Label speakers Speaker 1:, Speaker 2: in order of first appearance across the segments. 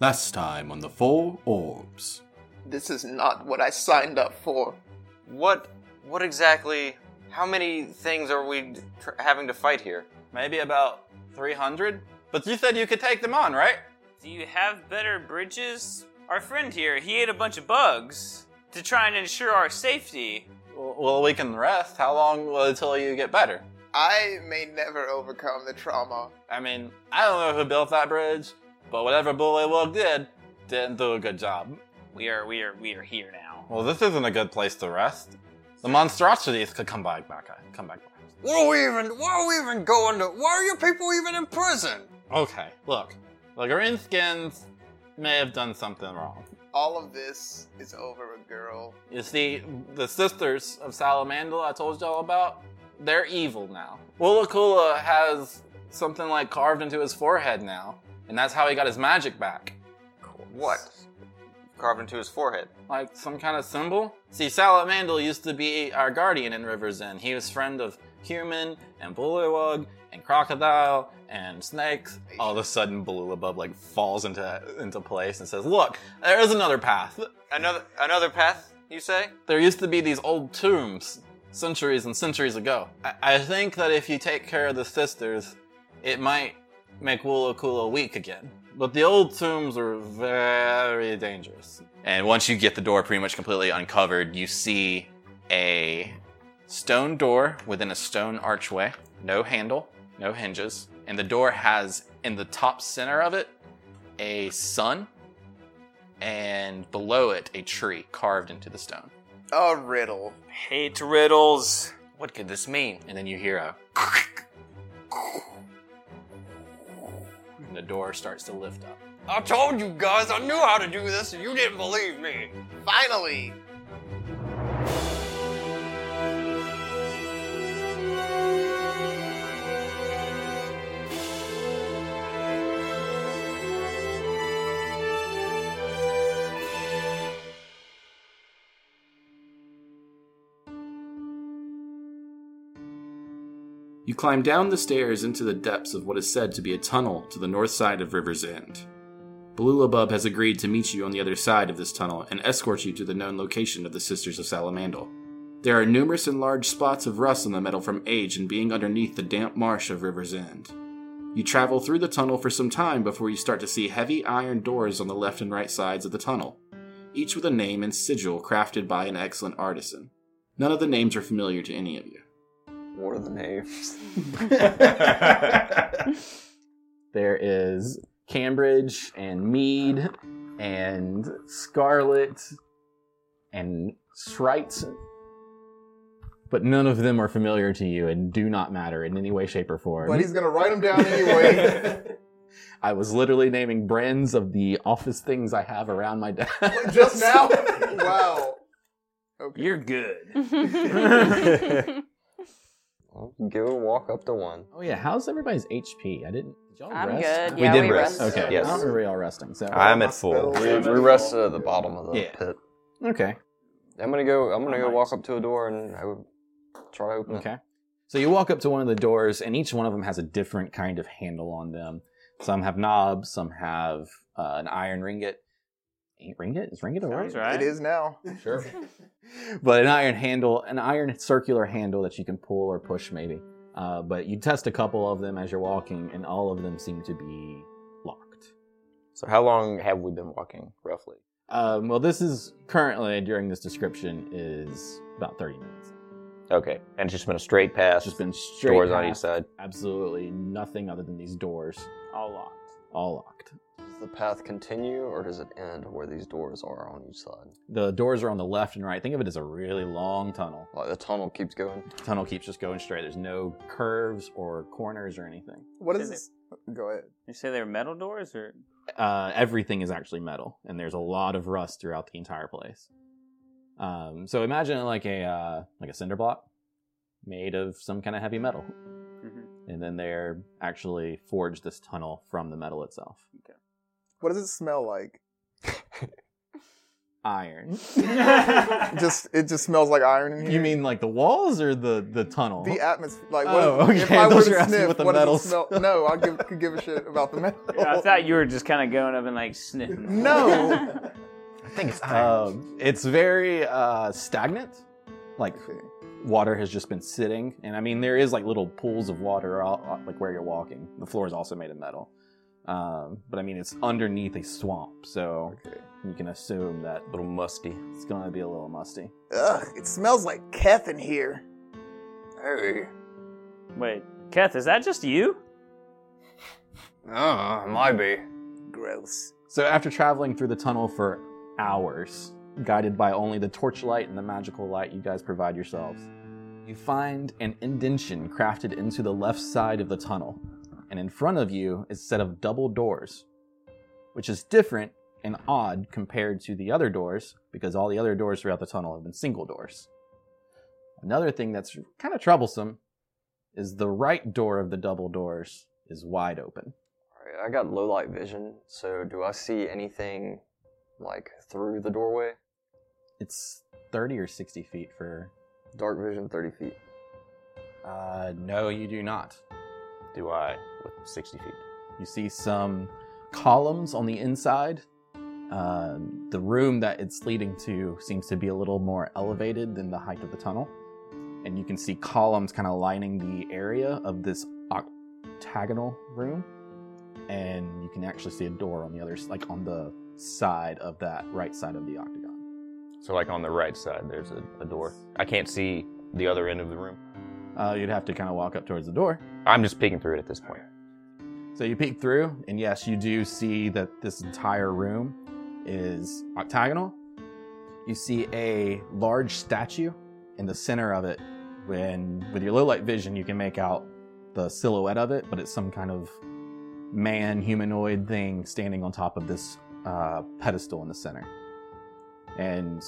Speaker 1: Last time on the Four Orbs.
Speaker 2: This is not what I signed up for.
Speaker 3: What? What exactly? How many things are we tr- having to fight here?
Speaker 4: Maybe about 300? But you said you could take them on, right?
Speaker 5: Do you have better bridges? Our friend here, he ate a bunch of bugs to try and ensure our safety.
Speaker 4: W- Well, we can rest. How long will it till you get better?
Speaker 2: I may never overcome the trauma.
Speaker 4: I mean, I don't know who built that bridge, but whatever Bully Wilk did, didn't do a good job.
Speaker 5: We are, we are, we are here now.
Speaker 4: Well, this isn't a good place to rest. The monstrosities could come back, back, come back.
Speaker 6: What are we even? What are we even going to? Why are you people even in prison?
Speaker 4: Okay, look, the green skins may have done something wrong.
Speaker 2: All of this is over a girl.
Speaker 4: You see, the sisters of Salamandal I told y'all about, they're evil now. Woola has something like carved into his forehead now, and that's how he got his magic back.
Speaker 3: What? Carved into his forehead.
Speaker 4: Like some kind of symbol? See, Salamandal used to be our guardian in River's End. He was friend of human and bullywug and crocodile and snakes. All of a sudden, Bululabub like falls into into place and says, "Look, there is another path."
Speaker 3: Another another path, you say?
Speaker 4: there used to be these old tombs centuries and centuries ago. I, I think that if you take care of the sisters, it might make Woola Kula weak again. But the old tombs are very dangerous.
Speaker 7: And once you get the door pretty much completely uncovered, you see a stone door within a stone archway, no handle, no hinges, and the door has in the top center of it a sun and below it a tree carved into the stone.
Speaker 2: A riddle.
Speaker 5: Hate riddles.
Speaker 7: What could this mean? And then you hear a and the door starts to lift up.
Speaker 6: I told you guys I knew how to do this, and you didn't believe me.
Speaker 2: Finally!
Speaker 1: You climb down the stairs into the depths of what is said to be a tunnel to the north side of River's End. Balulabub has agreed to meet you on the other side of this tunnel and escort you to the known location of the Sisters of Salamandal. There are numerous and large spots of rust on the metal from age and being underneath the damp marsh of River's End. You travel through the tunnel for some time before you start to see heavy iron doors on the left and right sides of the tunnel, each with a name and sigil crafted by an excellent artisan. None of the names are familiar to any of you.
Speaker 3: What are the names?
Speaker 7: There is Cambridge and Mead and Scarlet and Shrite. But none of them are familiar to you and do not matter in any way, shape, or form.
Speaker 8: But he's gonna write them down anyway.
Speaker 7: I was literally naming brands of the office things I have around my desk.
Speaker 8: Just now? wow.
Speaker 5: You're good.
Speaker 9: I
Speaker 3: Go walk up to one.
Speaker 7: Oh yeah, how's everybody's HP? I didn't. Did y'all
Speaker 9: I'm
Speaker 7: rest?
Speaker 9: good. Yeah,
Speaker 3: did
Speaker 9: we
Speaker 3: rest.
Speaker 9: rested.
Speaker 7: Okay.
Speaker 3: Yes.
Speaker 7: I don't remember y'all resting. So
Speaker 8: I'm at full.
Speaker 3: We, we rested at the bottom of the
Speaker 7: Yeah.
Speaker 3: pit.
Speaker 7: okay.
Speaker 3: I'm gonna go. I'm gonna go
Speaker 7: Alright.
Speaker 3: walk up to a door and I would try to open it.
Speaker 7: Okay. So you walk up to one of the doors, and each one of them has a different kind of handle on them. Some have knobs, some have uh, an iron ringgit. Ain't Ringgit? Is ringgit a word?
Speaker 5: Sounds right.
Speaker 8: It is now.
Speaker 7: Sure. but an iron handle, an iron circular handle that you can pull or push, maybe. Uh, but you test a couple of them as you're walking, and all of them seem to be locked.
Speaker 3: So how long have we been walking roughly?
Speaker 7: Um, well, this is currently during this description is about 30 minutes.
Speaker 3: Okay, and it's just been a straight pass.
Speaker 7: It's just been straight
Speaker 3: doors on
Speaker 7: past,
Speaker 3: each side.
Speaker 7: Absolutely nothing other than these doors,
Speaker 5: All locked.
Speaker 7: all locked.
Speaker 3: Does the path continue or does it end where these doors are on each side?
Speaker 7: The doors are on the left and right. Think of it as a really long tunnel.
Speaker 3: Like the tunnel keeps going.
Speaker 7: tunnel keeps just going straight. There's no curves or corners or anything.
Speaker 8: What
Speaker 5: Is
Speaker 8: is this? Go ahead.
Speaker 5: You say they were metal doors, or
Speaker 7: uh, everything is actually metal, and there's a lot of rust throughout the entire place. Um, so imagine like a uh, like a cinder block made of some kind of heavy metal, and then they're actually forged this tunnel from the metal itself.
Speaker 8: What does it smell like?
Speaker 7: iron.
Speaker 2: Just it just smells like iron in here.
Speaker 7: You mean like the walls or the the tunnel?
Speaker 2: the atmosphere? Like, what
Speaker 7: Oh,
Speaker 2: if- if
Speaker 7: okay,
Speaker 2: I were
Speaker 7: those are
Speaker 2: to
Speaker 7: asking
Speaker 2: sniff,
Speaker 7: what the
Speaker 2: what does it
Speaker 7: metals-
Speaker 2: smell? No, I give, could give a shit about the metal.
Speaker 10: Yeah, I thought you were just kind of going up and like sniffing.
Speaker 2: no.
Speaker 11: I think it's
Speaker 7: um, it's very uh, stagnant. Like
Speaker 2: Okay.
Speaker 7: water has just been sitting, and I mean there is like little pools of water all, like where you're walking. The floor is also made of metal, um, but I mean it's underneath a swamp, so
Speaker 2: Okay.
Speaker 7: you can assume that
Speaker 11: a little musty.
Speaker 7: it's gonna be a little musty.
Speaker 2: Ugh, it smells like Keth in here.
Speaker 6: Hey.
Speaker 10: Wait, Keth, is that just you?
Speaker 6: Oh, might be.
Speaker 2: Gross.
Speaker 7: So after traveling through the tunnel for hours, guided by only the torchlight and the magical light you guys provide yourselves, you find an indention crafted into the left side of the tunnel, and in front of you is a set of double doors, which is different and odd compared to the other doors because all the other doors throughout the tunnel have been single doors. Another thing that's kind of troublesome is the right door of the double doors is wide open.
Speaker 3: Alright, I got low light vision, so do I see anything like through the doorway?
Speaker 7: It's 30 or 60 feet for
Speaker 3: Dark vision, 30 feet.
Speaker 7: Uh, no, you do not.
Speaker 11: Do I with 60 feet?
Speaker 7: You see some columns on the inside. Uh, the room that it's leading to seems to be a little more elevated than the height of the tunnel. And you can see columns kind of lining the area of this octagonal room. And you can actually see a door on the other, s- like on the side of that right side of the octagon.
Speaker 11: So like on the right side, there's a, a door. I can't see the other end of the room.
Speaker 7: Uh, you'd have to kind of walk up towards the door.
Speaker 11: I'm just peeking through it at this point.
Speaker 7: So you peek through, and yes, you do see that this entire room is octagonal. You see a large statue in the center of it. When with your low light vision, you can make out the silhouette of it, but it's some kind of man humanoid thing standing on top of this uh, pedestal in the center. And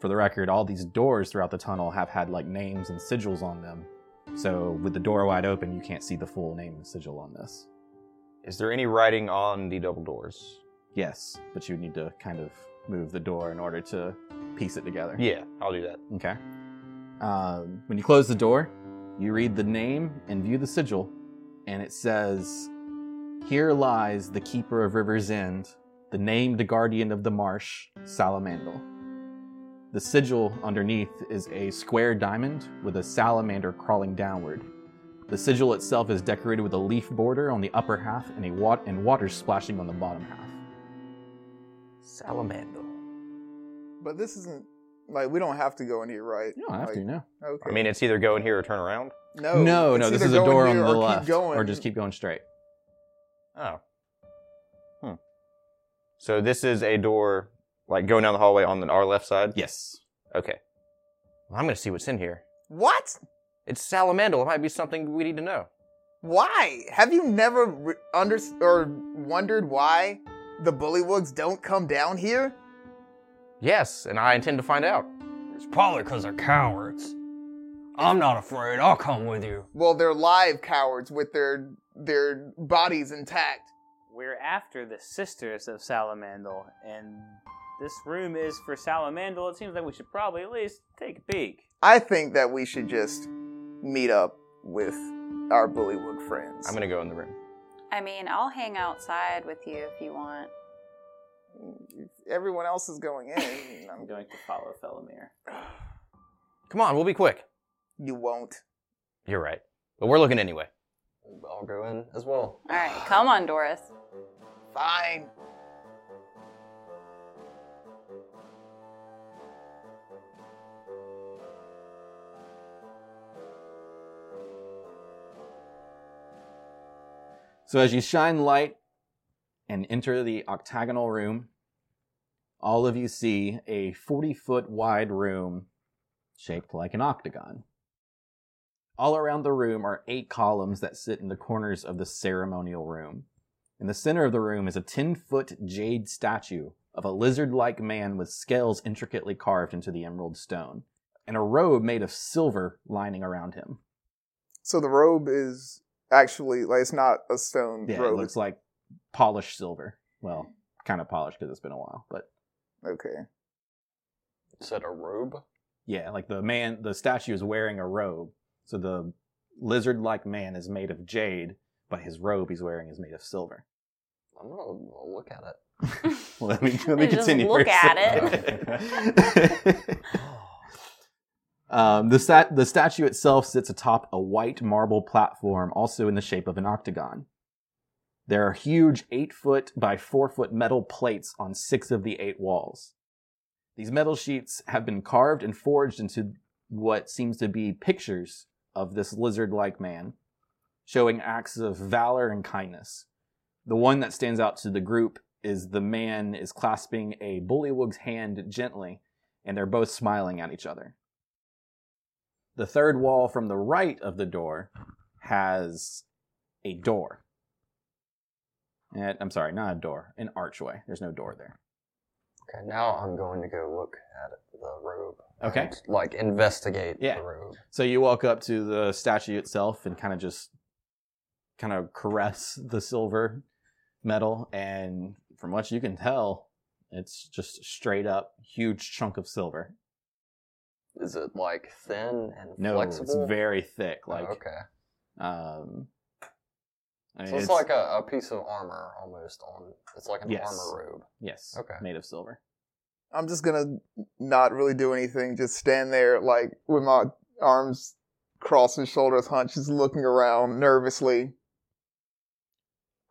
Speaker 7: for the record, all these doors throughout the tunnel have had like names and sigils on them. So with the door wide open, you can't see the full name and sigil on this.
Speaker 11: Is there any writing on the double doors?
Speaker 7: Yes, but you need to kind of move the door in order to piece it together.
Speaker 11: Yeah, I'll do that.
Speaker 7: Okay. Um, when you close the door, you read the name and view the sigil, and it says, "Here lies the keeper of River's End, the named guardian of the marsh, Salamandal." The sigil underneath is a square diamond with a salamander crawling downward. The sigil itself is decorated with a leaf border on the upper half and a wat- and water splashing on the bottom half.
Speaker 11: Salamandal.
Speaker 2: But this isn't like we don't have to go in here, right?
Speaker 7: You don't Oh, have
Speaker 2: like,
Speaker 7: to, no.
Speaker 2: Okay.
Speaker 11: I mean, it's either go in here or turn around.
Speaker 2: no,
Speaker 7: no,
Speaker 2: Oh, it's
Speaker 7: no. This
Speaker 2: either
Speaker 7: is a
Speaker 2: go in
Speaker 7: door on
Speaker 2: here
Speaker 7: the
Speaker 2: or keep
Speaker 7: left,
Speaker 2: going.
Speaker 7: or just keep going straight.
Speaker 11: Oh. Hmm. So this is a door, like going down the hallway on the, our left side?
Speaker 7: Yes.
Speaker 11: Okay. Well, I'm going to see what's in here.
Speaker 2: What?
Speaker 11: It's salamandal. It might be something we need to know.
Speaker 2: Why? Have you never re- under or wondered why the bullywugs don't come down here?
Speaker 11: Yes, and I intend to find out.
Speaker 6: It's probably 'cause they're cowards. I'm not afraid. I'll come with you.
Speaker 2: Well, they're live cowards with their their bodies intact.
Speaker 10: We're after the Sisters of Salamandal, and this room is for Salamandal. It seems like we should probably at least take a peek.
Speaker 2: I think that we should just meet up with our bullywug friends.
Speaker 11: I'm going to go in the room.
Speaker 9: I mean, I'll hang outside with you if you want.
Speaker 2: gonna. Everyone else is going in.
Speaker 10: I'm
Speaker 2: I'm-
Speaker 10: going to follow Felomir.
Speaker 11: Come on, we'll be quick.
Speaker 2: you won't.
Speaker 11: You're right. But we're looking anyway.
Speaker 3: I'll go in as well.
Speaker 9: All right, come on, Doris.
Speaker 2: Fine.
Speaker 7: So as you shine light and enter the octagonal room, all of you see a 40 foot wide room shaped like an octagon. All around the room are eight columns that sit in the corners of the ceremonial room. In the center of the room is a 10 foot jade statue of a lizard like man with scales intricately carved into the emerald stone, and a robe made of silver lining around him.
Speaker 2: So the robe is actually like it's not a stone
Speaker 7: Yeah,
Speaker 2: robe.
Speaker 7: it looks like polished silver. Well, kind of polished because it's been a while, but
Speaker 2: okay.
Speaker 3: said a robe.
Speaker 7: Yeah, like the man, the statue is wearing a robe. So the lizard like man is made of jade, but his robe he's wearing is made of silver.
Speaker 3: I'm gonna I'll look at it.
Speaker 7: Well, let me, let me
Speaker 9: Just
Speaker 7: continue.
Speaker 9: look
Speaker 7: for a
Speaker 9: at
Speaker 7: second. um, the, stat- the statue itself sits atop a white marble platform, also in the shape of an octagon. There are huge eight foot by four foot metal plates on six of the eight walls. These metal sheets have been carved and forged into what seems to be pictures of this lizard like man, showing acts of valor and kindness. The one that stands out to the group is the man is clasping a bullywug's hand gently, and they're both smiling at each other. The third wall from the right of the door has a door. Eh, I'm sorry, not a door, an archway. There's no door there.
Speaker 3: Okay, now I'm going to go look at it, the robe.
Speaker 7: Okay.
Speaker 3: and, like investigate
Speaker 7: Yeah.
Speaker 3: the robe.
Speaker 7: So you walk up to the statue itself and kind of just kind of caress the silver metal and from what you can tell, it's just a straight up huge chunk of silver.
Speaker 3: Is it like thin and
Speaker 7: No,
Speaker 3: flexible?
Speaker 7: it's very thick
Speaker 3: Oh,
Speaker 7: like
Speaker 3: okay.
Speaker 7: um I mean,
Speaker 3: So it's, like a, a piece of armor almost on. It's like an
Speaker 7: Yes.
Speaker 3: armor robe.
Speaker 7: yes,
Speaker 3: Okay.
Speaker 7: made of silver.
Speaker 2: I'm just gonna not really do anything. Just stand there, like with my arms crossed and shoulders hunched, just looking around nervously.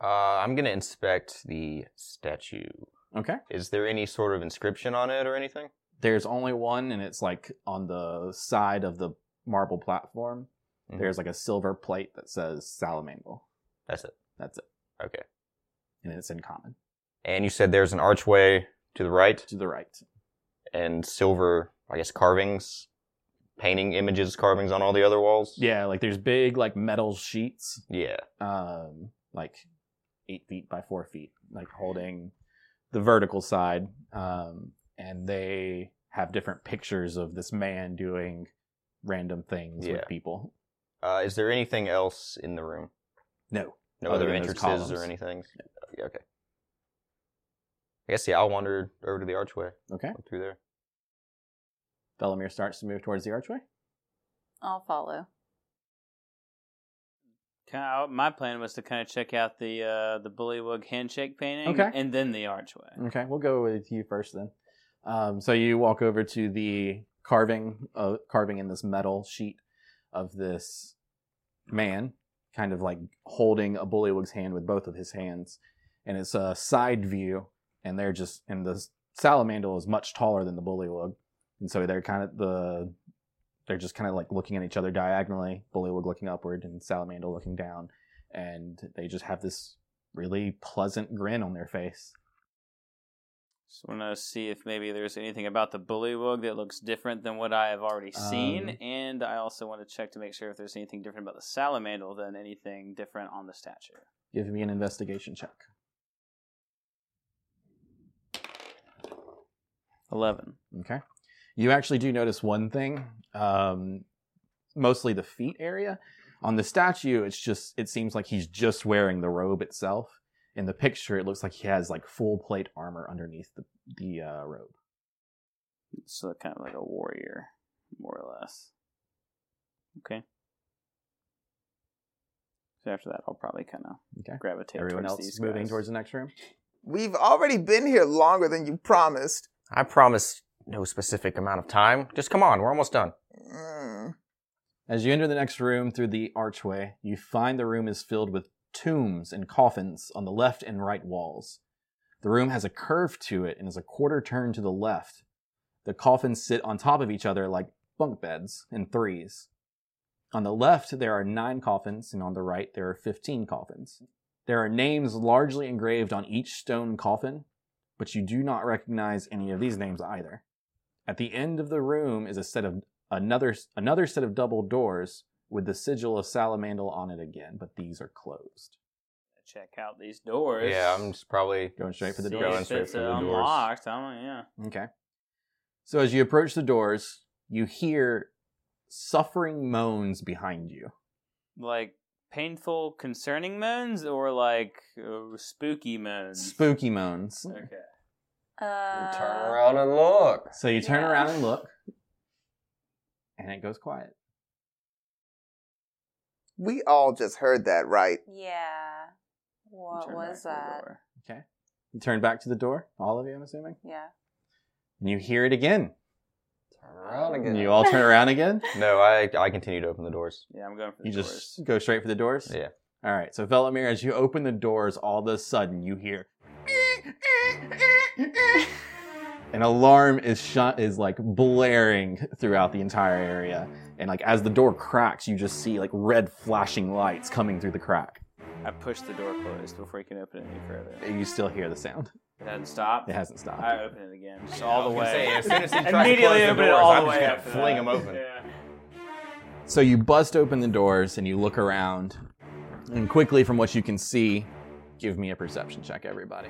Speaker 12: Uh, I'm gonna inspect the statue.
Speaker 7: Okay.
Speaker 12: Is there any sort of inscription on it or anything?
Speaker 7: There's only one and it's like on the side of the marble platform.
Speaker 3: Mm-hmm.
Speaker 12: Mhm.
Speaker 7: There's like a silver plate that says Salamandal.
Speaker 12: That's it.
Speaker 7: That's it.
Speaker 12: Okay.
Speaker 7: And it's in common
Speaker 12: And you said there's an archway to the right
Speaker 7: to the right.
Speaker 12: and silver, I guess, carvings, painting images, carvings on all the other walls.
Speaker 7: Yeah, like there's big like metal sheets,
Speaker 12: Yeah.
Speaker 7: um, like eight feet by four feet, like holding the vertical side, um, and they have different pictures of this man doing random things
Speaker 12: Yeah.
Speaker 7: with people.
Speaker 12: Uh, is there anything else in the room?
Speaker 7: No,
Speaker 12: No
Speaker 7: Other
Speaker 12: other
Speaker 7: than those
Speaker 12: entrances
Speaker 7: columns.
Speaker 12: or anything? Yeah, okay. I guess, yeah, I'll wander over to the archway.
Speaker 7: okay.
Speaker 12: Look through there.
Speaker 7: Velamir starts to move towards the archway.
Speaker 9: I'll follow.
Speaker 10: Kind of, uh, my plan was to kind of check out the uh, the bullywug handshake painting,
Speaker 7: Okay.
Speaker 10: and then the archway.
Speaker 7: Okay, we'll go with you first then. Um, so you walk over to the carving, uh, carving in this metal sheet of this man, kind of like holding a bullywug's hand with both of his hands, and it's a side view, and they're just and the salamandal is much taller than the bullywug, and so they're kind of the they're just kind of like looking at each other diagonally, bullywug looking upward and salamandal looking down, and they just have this really pleasant grin on their face.
Speaker 10: Just want to see if maybe there's anything about the bullywug that looks different than what I have already seen,
Speaker 7: Um,
Speaker 10: and I also want to check to make sure if there's anything different about the salamandal than anything different on the statue.
Speaker 7: Give me an investigation check.
Speaker 10: Eleven.
Speaker 7: Okay. You actually do notice one thing, um, mostly the feet area. On the statue, it's just it seems like he's just wearing the robe itself. In the picture, it looks like he has like full plate armor underneath the the uh, robe.
Speaker 10: So uh, kind of like a warrior, more or less. Okay. So after that, I'll probably kind of
Speaker 7: Okay.
Speaker 10: gravitate
Speaker 7: Everyone
Speaker 10: towards
Speaker 7: else
Speaker 10: these
Speaker 7: moving
Speaker 10: guys.
Speaker 7: towards the next room.
Speaker 2: We've already been here longer than you promised.
Speaker 12: I promise no specific amount of time. Just come on, we're almost done.
Speaker 2: Mm.
Speaker 7: As you enter the next room through the archway, you find the room is filled with tombs and coffins on the left and right walls. The room has a curve to it and is a quarter turn to the left. The coffins sit on top of each other like bunk beds in threes. On the left, there are nine coffins, and on the right, there are 15 coffins. There are names largely engraved on each stone coffin, but you do not recognize any of these names either. At the end of the room is a set of another another set of double doors with the sigil of Salamandal on it again, but these are closed.
Speaker 10: Check out these doors.
Speaker 12: Yeah, I'm just probably
Speaker 7: Going straight for the
Speaker 10: See
Speaker 7: doors.
Speaker 10: if it's uh, unlocked. I'm like, yeah.
Speaker 7: Okay. So as you approach the doors, you hear suffering moans behind you.
Speaker 10: Like painful, concerning moans, or like uh, spooky moans.
Speaker 7: Spooky moans.
Speaker 10: okay.
Speaker 9: Uh,
Speaker 3: Turn around and look.
Speaker 7: So you turn
Speaker 9: Yeah.
Speaker 7: around and look, and it goes quiet.
Speaker 2: We all just heard that, right?
Speaker 9: yeah. What
Speaker 7: Turn back to
Speaker 9: was
Speaker 7: the
Speaker 9: that?
Speaker 7: door. Okay. You turn back to the door, all of you, I'm assuming,
Speaker 9: Yeah.
Speaker 7: and you hear it again.
Speaker 3: Turn around again.
Speaker 7: And you all turn around again.
Speaker 12: No, I I continue to open the doors.
Speaker 10: Yeah, I'm going for the
Speaker 7: You
Speaker 10: doors.
Speaker 7: just go straight for the doors.
Speaker 12: Yeah.
Speaker 7: All right. So Velimir, as you open the doors, all of a sudden you hear an alarm is shut is like blaring throughout the entire area, and like as the door cracks, you just see like red flashing lights coming through the crack.
Speaker 10: I push the door closed before you can open it any further.
Speaker 7: And You still hear the sound.
Speaker 10: It hasn't stopped.
Speaker 7: It hasn't stopped.
Speaker 10: I open it again, just all the
Speaker 11: I was
Speaker 10: way.
Speaker 11: gonna say, as soon as he tries to
Speaker 10: immediately
Speaker 11: close the
Speaker 10: open it
Speaker 11: doors,
Speaker 10: all
Speaker 11: I'm
Speaker 10: the
Speaker 11: just
Speaker 10: way
Speaker 11: gonna
Speaker 10: up. to
Speaker 11: fling
Speaker 10: that.
Speaker 11: 'em open.
Speaker 10: Yeah.
Speaker 7: So you bust open the doors and you look around, and quickly from what you can see, give me a perception check, everybody.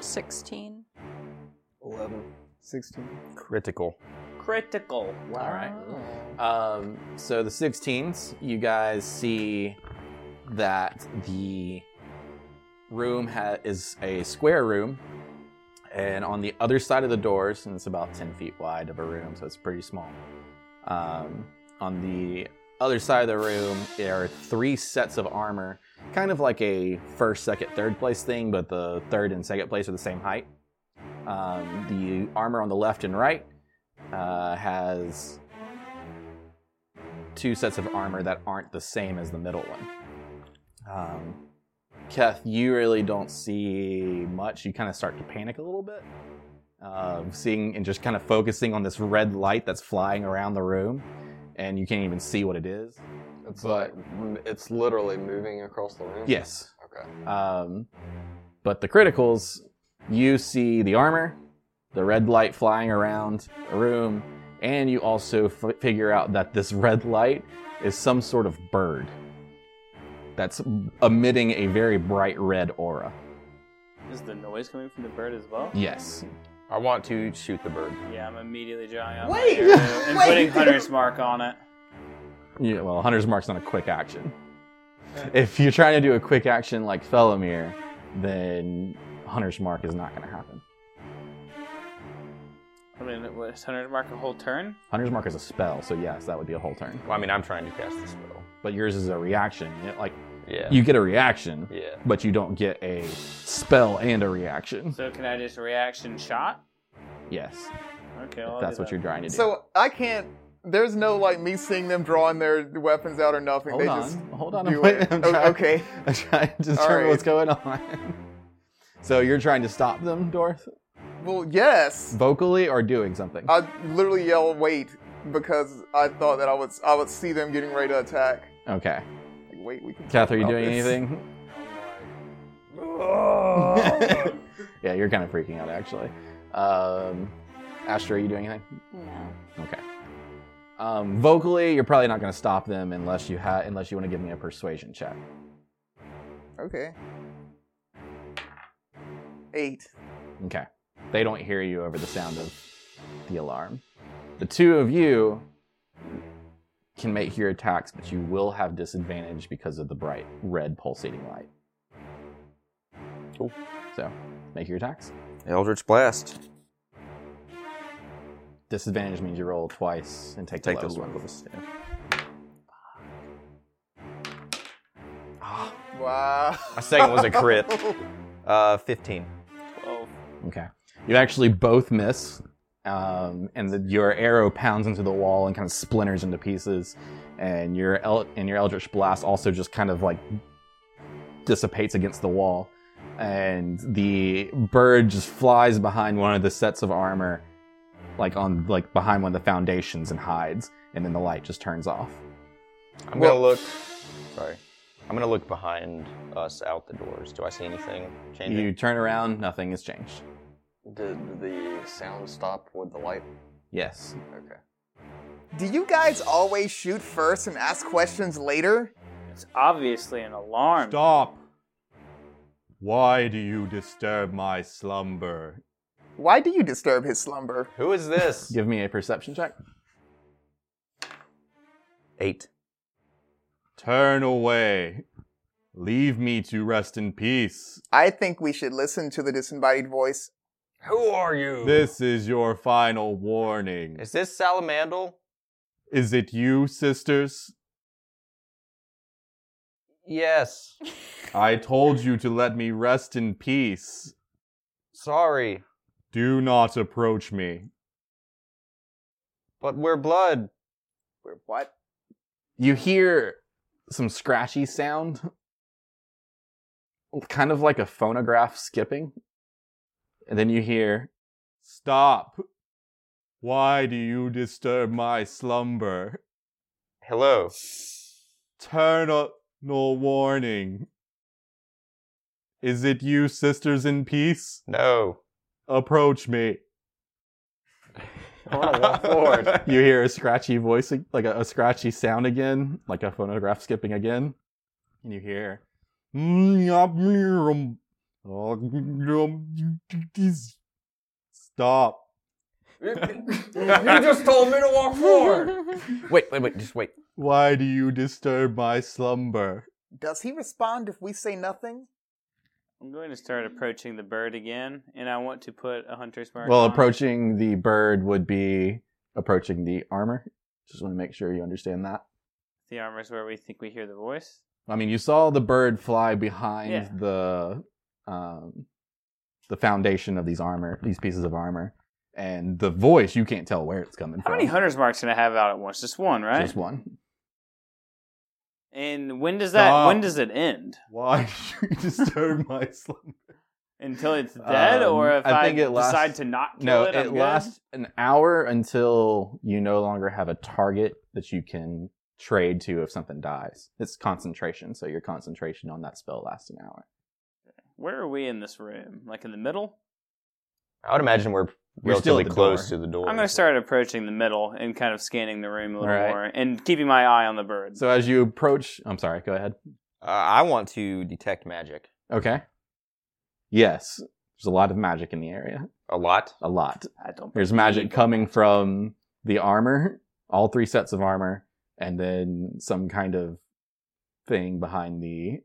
Speaker 9: Sixteen.
Speaker 3: 11.
Speaker 2: 16.
Speaker 12: Critical.
Speaker 10: Critical.
Speaker 7: Wow. All right. Um, so the 16s, you guys see that the room ha- is a square room, and on the other side of the doors, and it's about 10 feet wide of a room, so it's pretty small. Um, on the other side of the room, there are three sets of armor, kind of like a first, second, third place thing, but the third and second place are the same height. Um, the armor on the left and right uh, has two sets of armor that aren't the same as the middle one. Um, Keth, you really don't see much. You kind of start to panic a little bit, um, seeing and just kind of focusing on this red light that's flying around the room, and you can't even see what it is.
Speaker 3: It's
Speaker 7: But-
Speaker 3: like m- it's literally moving across the room.
Speaker 7: Yes.
Speaker 3: Okay.
Speaker 7: Um, but the criticals, you see the armor, the red light flying around the room, and you also f- figure out that this red light is some sort of bird that's emitting a very bright red aura.
Speaker 10: Is the noise coming from the bird as well?
Speaker 7: Yes.
Speaker 12: I want to shoot the bird.
Speaker 10: Yeah, I'm immediately drawing out
Speaker 13: Wait!
Speaker 10: my arrow and
Speaker 13: Wait!
Speaker 10: putting Hunter's mark on it.
Speaker 7: Yeah, well, Hunter's Mark's not a quick action. If you're trying to do a quick action like Felomir, then Hunter's Mark is not going to happen.
Speaker 10: I mean, was Hunter's mark a whole turn?
Speaker 7: Hunter's Mark is a spell, so yes, that would be a whole turn.
Speaker 12: Well, I mean, I'm trying to cast the spell.
Speaker 7: But yours is a reaction. Yeah, like
Speaker 12: Yeah.
Speaker 7: you get a reaction,
Speaker 12: Yeah.
Speaker 7: but you don't get a spell and a reaction.
Speaker 10: So can I just reaction shot?
Speaker 7: Yes,
Speaker 10: Okay, well, I'll
Speaker 7: that's
Speaker 10: do
Speaker 7: what
Speaker 10: that.
Speaker 7: you're trying to do.
Speaker 2: So I can't. There's no like me seeing them drawing their weapons out or nothing.
Speaker 7: hold
Speaker 2: they
Speaker 7: on,
Speaker 2: just
Speaker 7: hold on.
Speaker 2: do
Speaker 7: I'm, wait-
Speaker 2: it.
Speaker 7: I'm
Speaker 2: O-
Speaker 7: trying,
Speaker 2: okay.
Speaker 7: I'm trying to
Speaker 2: All
Speaker 7: determine
Speaker 2: right.
Speaker 7: what's going on. So you're trying to stop them, Dorth,
Speaker 2: Well, yes.
Speaker 7: vocally or doing something.
Speaker 2: I literally yell wait because I thought that I would I would see them getting ready to attack.
Speaker 7: okay,
Speaker 2: Like, wait, we can. talk
Speaker 7: Kath, are you
Speaker 2: about
Speaker 7: doing
Speaker 2: this.
Speaker 7: anything? yeah, you're kind of freaking out actually. Um, Astra, are you doing anything?
Speaker 9: No.
Speaker 7: Okay. Um, vocally, you're probably not going to stop them unless you ha- unless you want to give me a persuasion check.
Speaker 2: Okay. Eight.
Speaker 7: Okay. They don't hear you over the sound of the alarm. The two of you can make your attacks, but you will have disadvantage because of the bright red pulsating light.
Speaker 12: Cool.
Speaker 7: So, make your attacks.
Speaker 12: Eldritch blast.
Speaker 7: Disadvantage means you roll twice and take,
Speaker 12: Take
Speaker 7: the
Speaker 12: those
Speaker 7: lowest one.
Speaker 12: ones. Yeah.
Speaker 2: Wow.
Speaker 12: My second was a crit. Uh, 15.
Speaker 10: Twelve.
Speaker 7: Okay. You actually both miss, um, and the, your arrow pounds into the wall and kind of splinters into pieces, and your el- and your eldritch blast also just kind of like dissipates against the wall, and the bird just flies behind one of the sets of armor, like on like behind one of the foundations and hides, and then the light just turns off.
Speaker 12: I'm
Speaker 2: Well-
Speaker 12: gonna look. Sorry. I'm gonna look behind us out the doors. Do I see anything changing?
Speaker 7: You turn around, nothing has changed.
Speaker 3: Did the sound stop with the light?
Speaker 7: Yes.
Speaker 3: Okay.
Speaker 2: Do you guys always shoot first and ask questions later?
Speaker 10: It's obviously an alarm.
Speaker 1: Stop! Why do you disturb my slumber?
Speaker 2: Why do you disturb his slumber?
Speaker 12: Who is this?
Speaker 7: Give me a perception check.
Speaker 12: Eight.
Speaker 1: Turn away. Leave me to rest in peace.
Speaker 2: I think we should listen to the disembodied voice.
Speaker 3: Who are you?
Speaker 1: This is your final warning.
Speaker 14: Is this Salamandal?
Speaker 1: Is it you, sisters?
Speaker 12: Yes.
Speaker 1: I told you to let me rest in peace.
Speaker 12: Sorry,
Speaker 1: Do not approach me.
Speaker 12: but we're blood.
Speaker 2: We're what?
Speaker 7: You hear some scratchy sound, kind of like a phonograph skipping. And then you hear,
Speaker 1: Stop. Why do you disturb my slumber?
Speaker 12: Hello.
Speaker 1: Eternal warning. Is it you, sisters in peace?
Speaker 12: No.
Speaker 1: Approach me.
Speaker 3: I want to walk forward.
Speaker 7: you hear a scratchy voice, like a, a scratchy sound again, like a phonograph skipping again. And you hear,
Speaker 1: Stop.
Speaker 3: you just told me to walk forward.
Speaker 12: Wait, wait, wait, just wait.
Speaker 1: Why do you disturb my slumber?
Speaker 2: Does he respond if we say nothing?
Speaker 10: I'm going to start approaching the bird again, and I want to put a hunter's mark.
Speaker 7: well,
Speaker 10: on.
Speaker 7: approaching the bird would be approaching the armor. Just want to make sure you understand that.
Speaker 10: the armor is where we think we hear the voice.
Speaker 7: I mean, you saw the bird fly behind
Speaker 10: Yeah.
Speaker 7: the um, the foundation of these armor, these pieces of armor, and the voice. You can't tell where it's coming
Speaker 10: How
Speaker 7: from.
Speaker 10: many hunter's marks can I have out at once? Just one, right?
Speaker 7: Just one.
Speaker 10: And when does that? When does it end?
Speaker 1: Why should you disturb my slumber?
Speaker 10: Until it's dead,
Speaker 7: Um,
Speaker 10: or if I,
Speaker 7: think it lasts-
Speaker 10: decide to not kill
Speaker 7: no,
Speaker 10: it,
Speaker 7: it
Speaker 10: I'm good?
Speaker 7: lasts an hour until you no longer have a target that you can trade to if something dies. It's concentration, so your concentration on that spell lasts an hour.
Speaker 10: Where are we in this room? Like in the middle?
Speaker 12: I would imagine we're
Speaker 7: You're still
Speaker 12: relatively
Speaker 7: at the
Speaker 12: close
Speaker 7: door.
Speaker 12: to the door.
Speaker 10: I'm going to start approaching the middle and kind of scanning the room a little
Speaker 7: Alright.
Speaker 10: more and keeping my eye on the birds.
Speaker 7: So as you approach, I'm sorry. Go ahead.
Speaker 12: Uh, I want to detect magic.
Speaker 7: Okay. Yes, there's a lot of magic in the area.
Speaker 12: A lot.
Speaker 7: A lot.
Speaker 10: I don't.
Speaker 7: There's magic coming from the armor, all three sets of armor, and then some kind of thing behind the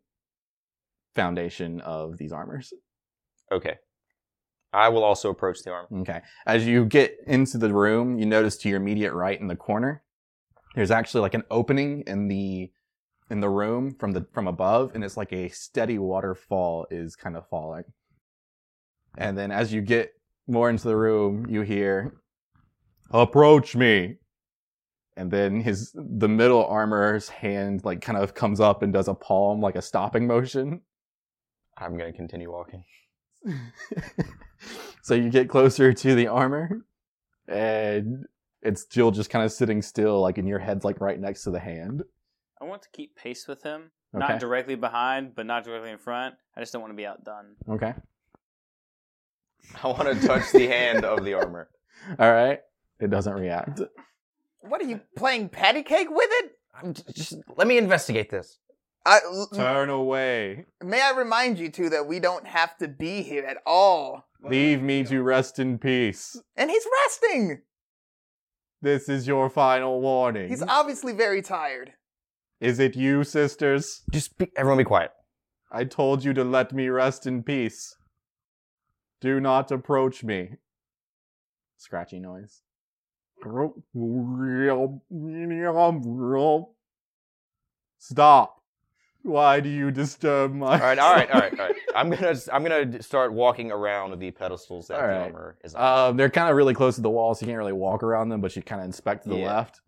Speaker 7: foundation of these armors.
Speaker 12: Okay. I will also approach the armor.
Speaker 7: Okay. As you get into the room, you notice to your immediate right in the corner, there's actually like an opening in the in the room from the from above, and it's like a steady waterfall is kind of falling. And then as you get more into the room, you hear
Speaker 1: Approach me.
Speaker 7: and then his the middle armor's hand like kind of comes up and does a palm like a stopping motion.
Speaker 12: I'm going to continue walking.
Speaker 7: So you get closer to the armor, and it's Jill just kind of sitting still, like in your head's like right next to the hand.
Speaker 10: I want to keep pace with him,
Speaker 7: Okay.
Speaker 10: not directly behind, but not directly in front. I just don't want to be outdone.
Speaker 7: Okay.
Speaker 12: I want to touch the hand of the armor.
Speaker 7: All right. It doesn't react.
Speaker 2: What are you playing patty cake with it?
Speaker 12: I'm j- just let me investigate this.
Speaker 2: I, l-
Speaker 1: Turn away.
Speaker 2: may I remind you two that we don't have to be here at all.
Speaker 1: Leave me to rest in peace.
Speaker 2: And he's resting.
Speaker 1: This is your final warning.
Speaker 2: He's obviously very tired.
Speaker 1: Is it you, sisters?
Speaker 12: Just be, everyone be quiet.
Speaker 1: I told you to let me rest in peace. Do not approach me.
Speaker 7: Scratchy noise.
Speaker 1: Stop. Why do you disturb my
Speaker 12: All right, all right, all right, all right. I'm gonna I'm gonna d- start walking around the pedestals that
Speaker 7: All
Speaker 12: the
Speaker 7: right.
Speaker 12: armor is on.
Speaker 7: Um, they're kind of really close to the wall, so you can't really walk around them, but you kind of inspect to the
Speaker 12: Yeah.
Speaker 7: left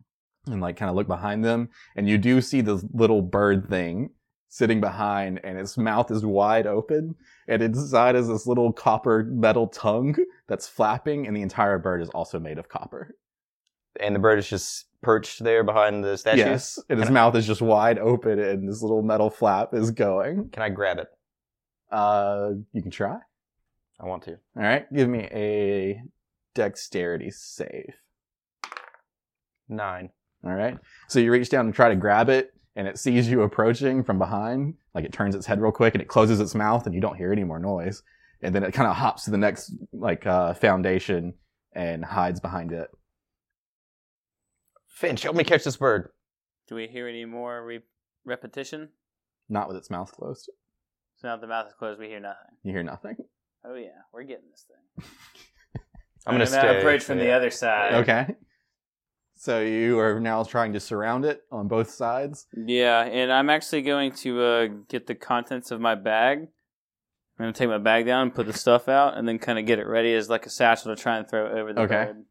Speaker 7: and like kind of look behind them, and you do see this little bird thing sitting behind, and its mouth is wide open, and inside is this little copper metal tongue that's flapping, and the entire bird is also made of copper.
Speaker 12: and the bird is just perched there behind the statue.
Speaker 7: Yes, and his mouth is just wide open, and this little metal flap is going.
Speaker 12: Can I grab it?
Speaker 7: Uh, you can try.
Speaker 12: I want to.
Speaker 7: All right, give me a dexterity save.
Speaker 12: Nine.
Speaker 7: All right. So you reach down and try to grab it, and it sees you approaching from behind. Like it turns its head real quick, and it closes its mouth, and you don't hear any more noise. And then it kind of hops to the next like uh, foundation and hides behind it.
Speaker 12: Finch, help me catch this bird.
Speaker 10: Do we hear any more re- repetition?
Speaker 7: Not with its mouth closed.
Speaker 10: So now that the mouth is closed, we hear nothing.
Speaker 7: You hear nothing.
Speaker 10: Oh yeah, we're getting this thing.
Speaker 12: I'm gonna
Speaker 10: And then
Speaker 12: stay.
Speaker 10: approach from the
Speaker 12: yeah.
Speaker 10: other side.
Speaker 7: Okay. So you are now trying to surround it on both sides.
Speaker 10: Yeah, and I'm actually going to uh, get the contents of my bag. I'm gonna take my bag down and put the stuff out, and then kind of get it ready as like a satchel to try and throw over the
Speaker 7: Okay.
Speaker 10: bird.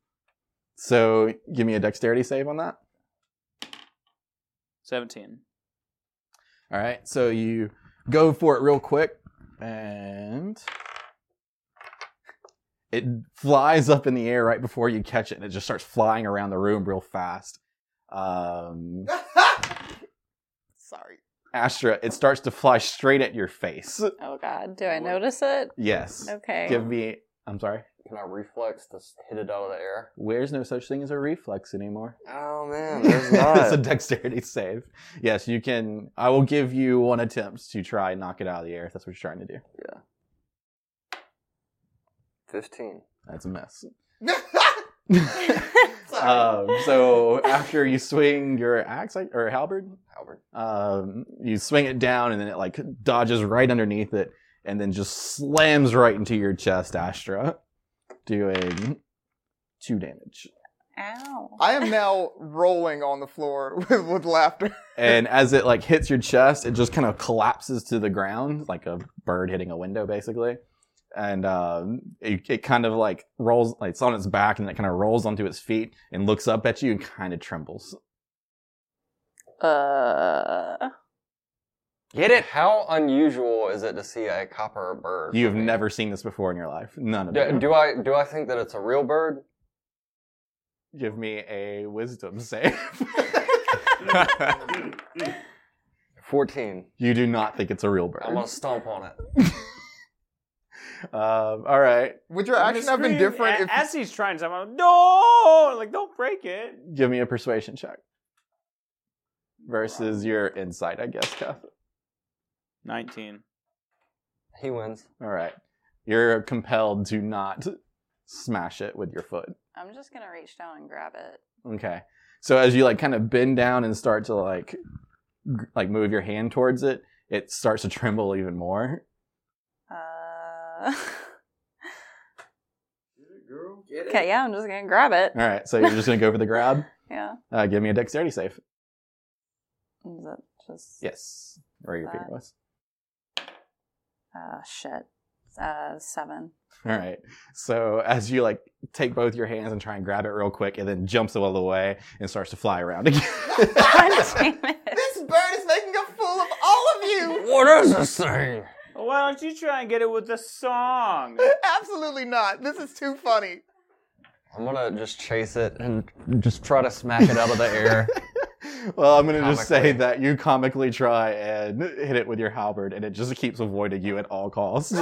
Speaker 7: So give me a dexterity save on that.
Speaker 10: Seventeen.
Speaker 7: All right. So you go for it real quick, and it flies up in the air right before you catch it, and it just starts flying around the room real fast. Um,
Speaker 9: Sorry.
Speaker 7: Astra, it starts to fly straight at your face.
Speaker 9: Oh God, do I notice it?
Speaker 7: Yes.
Speaker 9: Okay.
Speaker 7: Give me. I'm sorry.
Speaker 3: Can I reflex to s- hit it out of the air?
Speaker 7: Where's no such thing as a reflex anymore?
Speaker 3: Oh man, there's not.
Speaker 7: it's a dexterity save. Yes, you can. I will give you one attempt to try and knock it out of the air if that's what you're trying to do.
Speaker 3: Yeah. 15.
Speaker 7: That's a mess. um, so after you swing your axe I- or halberd,
Speaker 3: halberd,
Speaker 7: um, you swing it down, and then it like dodges right underneath it, and then just slams right into your chest, Astra, doing two damage.
Speaker 9: Ow.
Speaker 2: I am now rolling on the floor with, with laughter.
Speaker 7: and as it like hits your chest, it just kind of collapses to the ground like a bird hitting a window, basically. And um, it, it kind of like rolls, like, it's on its back, and it kind of rolls onto its feet and looks up at you and kind of trembles.
Speaker 9: Uh.
Speaker 3: Get it? How unusual is it to see a copper bird?
Speaker 7: You have never seen this before in your life, none of
Speaker 3: Do,
Speaker 7: it.
Speaker 3: do I do I think that it's a real bird?
Speaker 7: Give me a wisdom save.
Speaker 3: Fourteen.
Speaker 7: You do not think it's a real bird.
Speaker 3: I'm gonna stomp on it.
Speaker 7: Um, all right,
Speaker 2: Would your
Speaker 10: I'm
Speaker 2: action have been
Speaker 10: screaming
Speaker 2: different
Speaker 10: a-
Speaker 2: if
Speaker 10: as he's trying something? I'm like, no, like don't break it.
Speaker 7: give me a persuasion check versus your insight, I guess, Kath.
Speaker 10: Nineteen.
Speaker 3: He wins.
Speaker 7: All right. You're compelled to not smash it with your foot.
Speaker 9: I'm just gonna reach down and grab it.
Speaker 7: Okay. So as you like kind of bend down and start to like g- like move your hand towards it, it starts to tremble even more.
Speaker 9: Uh.
Speaker 13: girl.
Speaker 9: okay, yeah, I'm just gonna grab it.
Speaker 7: All right. So you're just going to go for the grab.
Speaker 9: Yeah.
Speaker 7: Uh, give me a dexterity save.
Speaker 9: Is that just?
Speaker 7: Yes. Where your finger
Speaker 9: That-
Speaker 7: was.
Speaker 9: Uh, shit. Uh, seven.
Speaker 7: All right. So as you like take both your hands and try and grab it real quick, it then jumps all the way and starts to fly around again.
Speaker 13: This bird is making a fool of all of you.
Speaker 3: What is this thing?
Speaker 10: Well, why don't you try and get it with a song?
Speaker 2: Absolutely not. This is too funny.
Speaker 3: I'm gonna just chase it and just try to smack it out of the air.
Speaker 7: Well, I'm going to just say that you comically try and hit it with your halberd, and it just keeps avoiding you at all costs.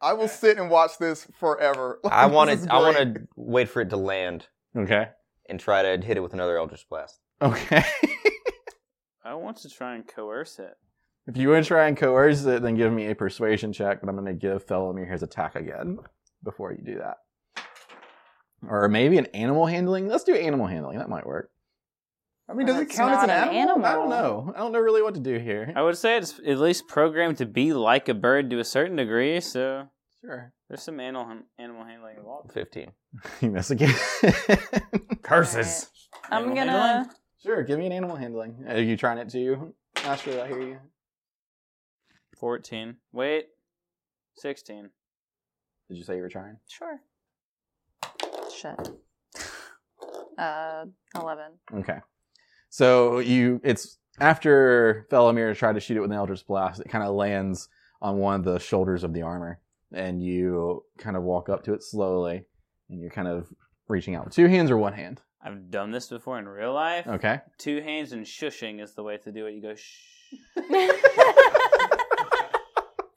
Speaker 2: I will sit and watch this forever.
Speaker 12: I
Speaker 2: This
Speaker 12: want
Speaker 2: is
Speaker 12: to. I want
Speaker 2: great.
Speaker 12: to wait for it to land.
Speaker 7: Okay.
Speaker 12: And try to hit it with another Eldritch Blast.
Speaker 7: Okay.
Speaker 10: I want to try and coerce it.
Speaker 7: If you want to try and coerce it, then give me a persuasion check, but I'm going to give Felomir his attack again before you do that. Or maybe an animal handling? Let's do animal handling. That might work.
Speaker 2: I mean, does it
Speaker 9: That's
Speaker 2: count as an,
Speaker 9: not an
Speaker 2: animal?
Speaker 9: animal.
Speaker 2: I don't know.
Speaker 7: Oh, I don't know really what to do here.
Speaker 10: I would say it's at least programmed to be like a bird to a certain degree, so
Speaker 7: Sure.
Speaker 10: there's some animal animal handling involved.
Speaker 12: 15.
Speaker 7: You miss again.
Speaker 12: Curses.
Speaker 9: I'm
Speaker 10: Animal
Speaker 9: gonna.
Speaker 7: Sure, give me an animal handling. Are you trying it too? Astrid, I hear you.
Speaker 10: 14. Wait. 16.
Speaker 7: Did you say you were trying?
Speaker 9: Sure. Shit. Uh, eleven.
Speaker 7: Okay. So you it's after Felomir tried to shoot it with an Eldritch Blast, it kind of lands on one of the shoulders of the armor. And you kind of walk up to it slowly, and you're kind of reaching out with two hands or one hand.
Speaker 10: I've done this before in real life.
Speaker 7: Okay.
Speaker 10: Two hands and shushing is the way to do it. You go shh.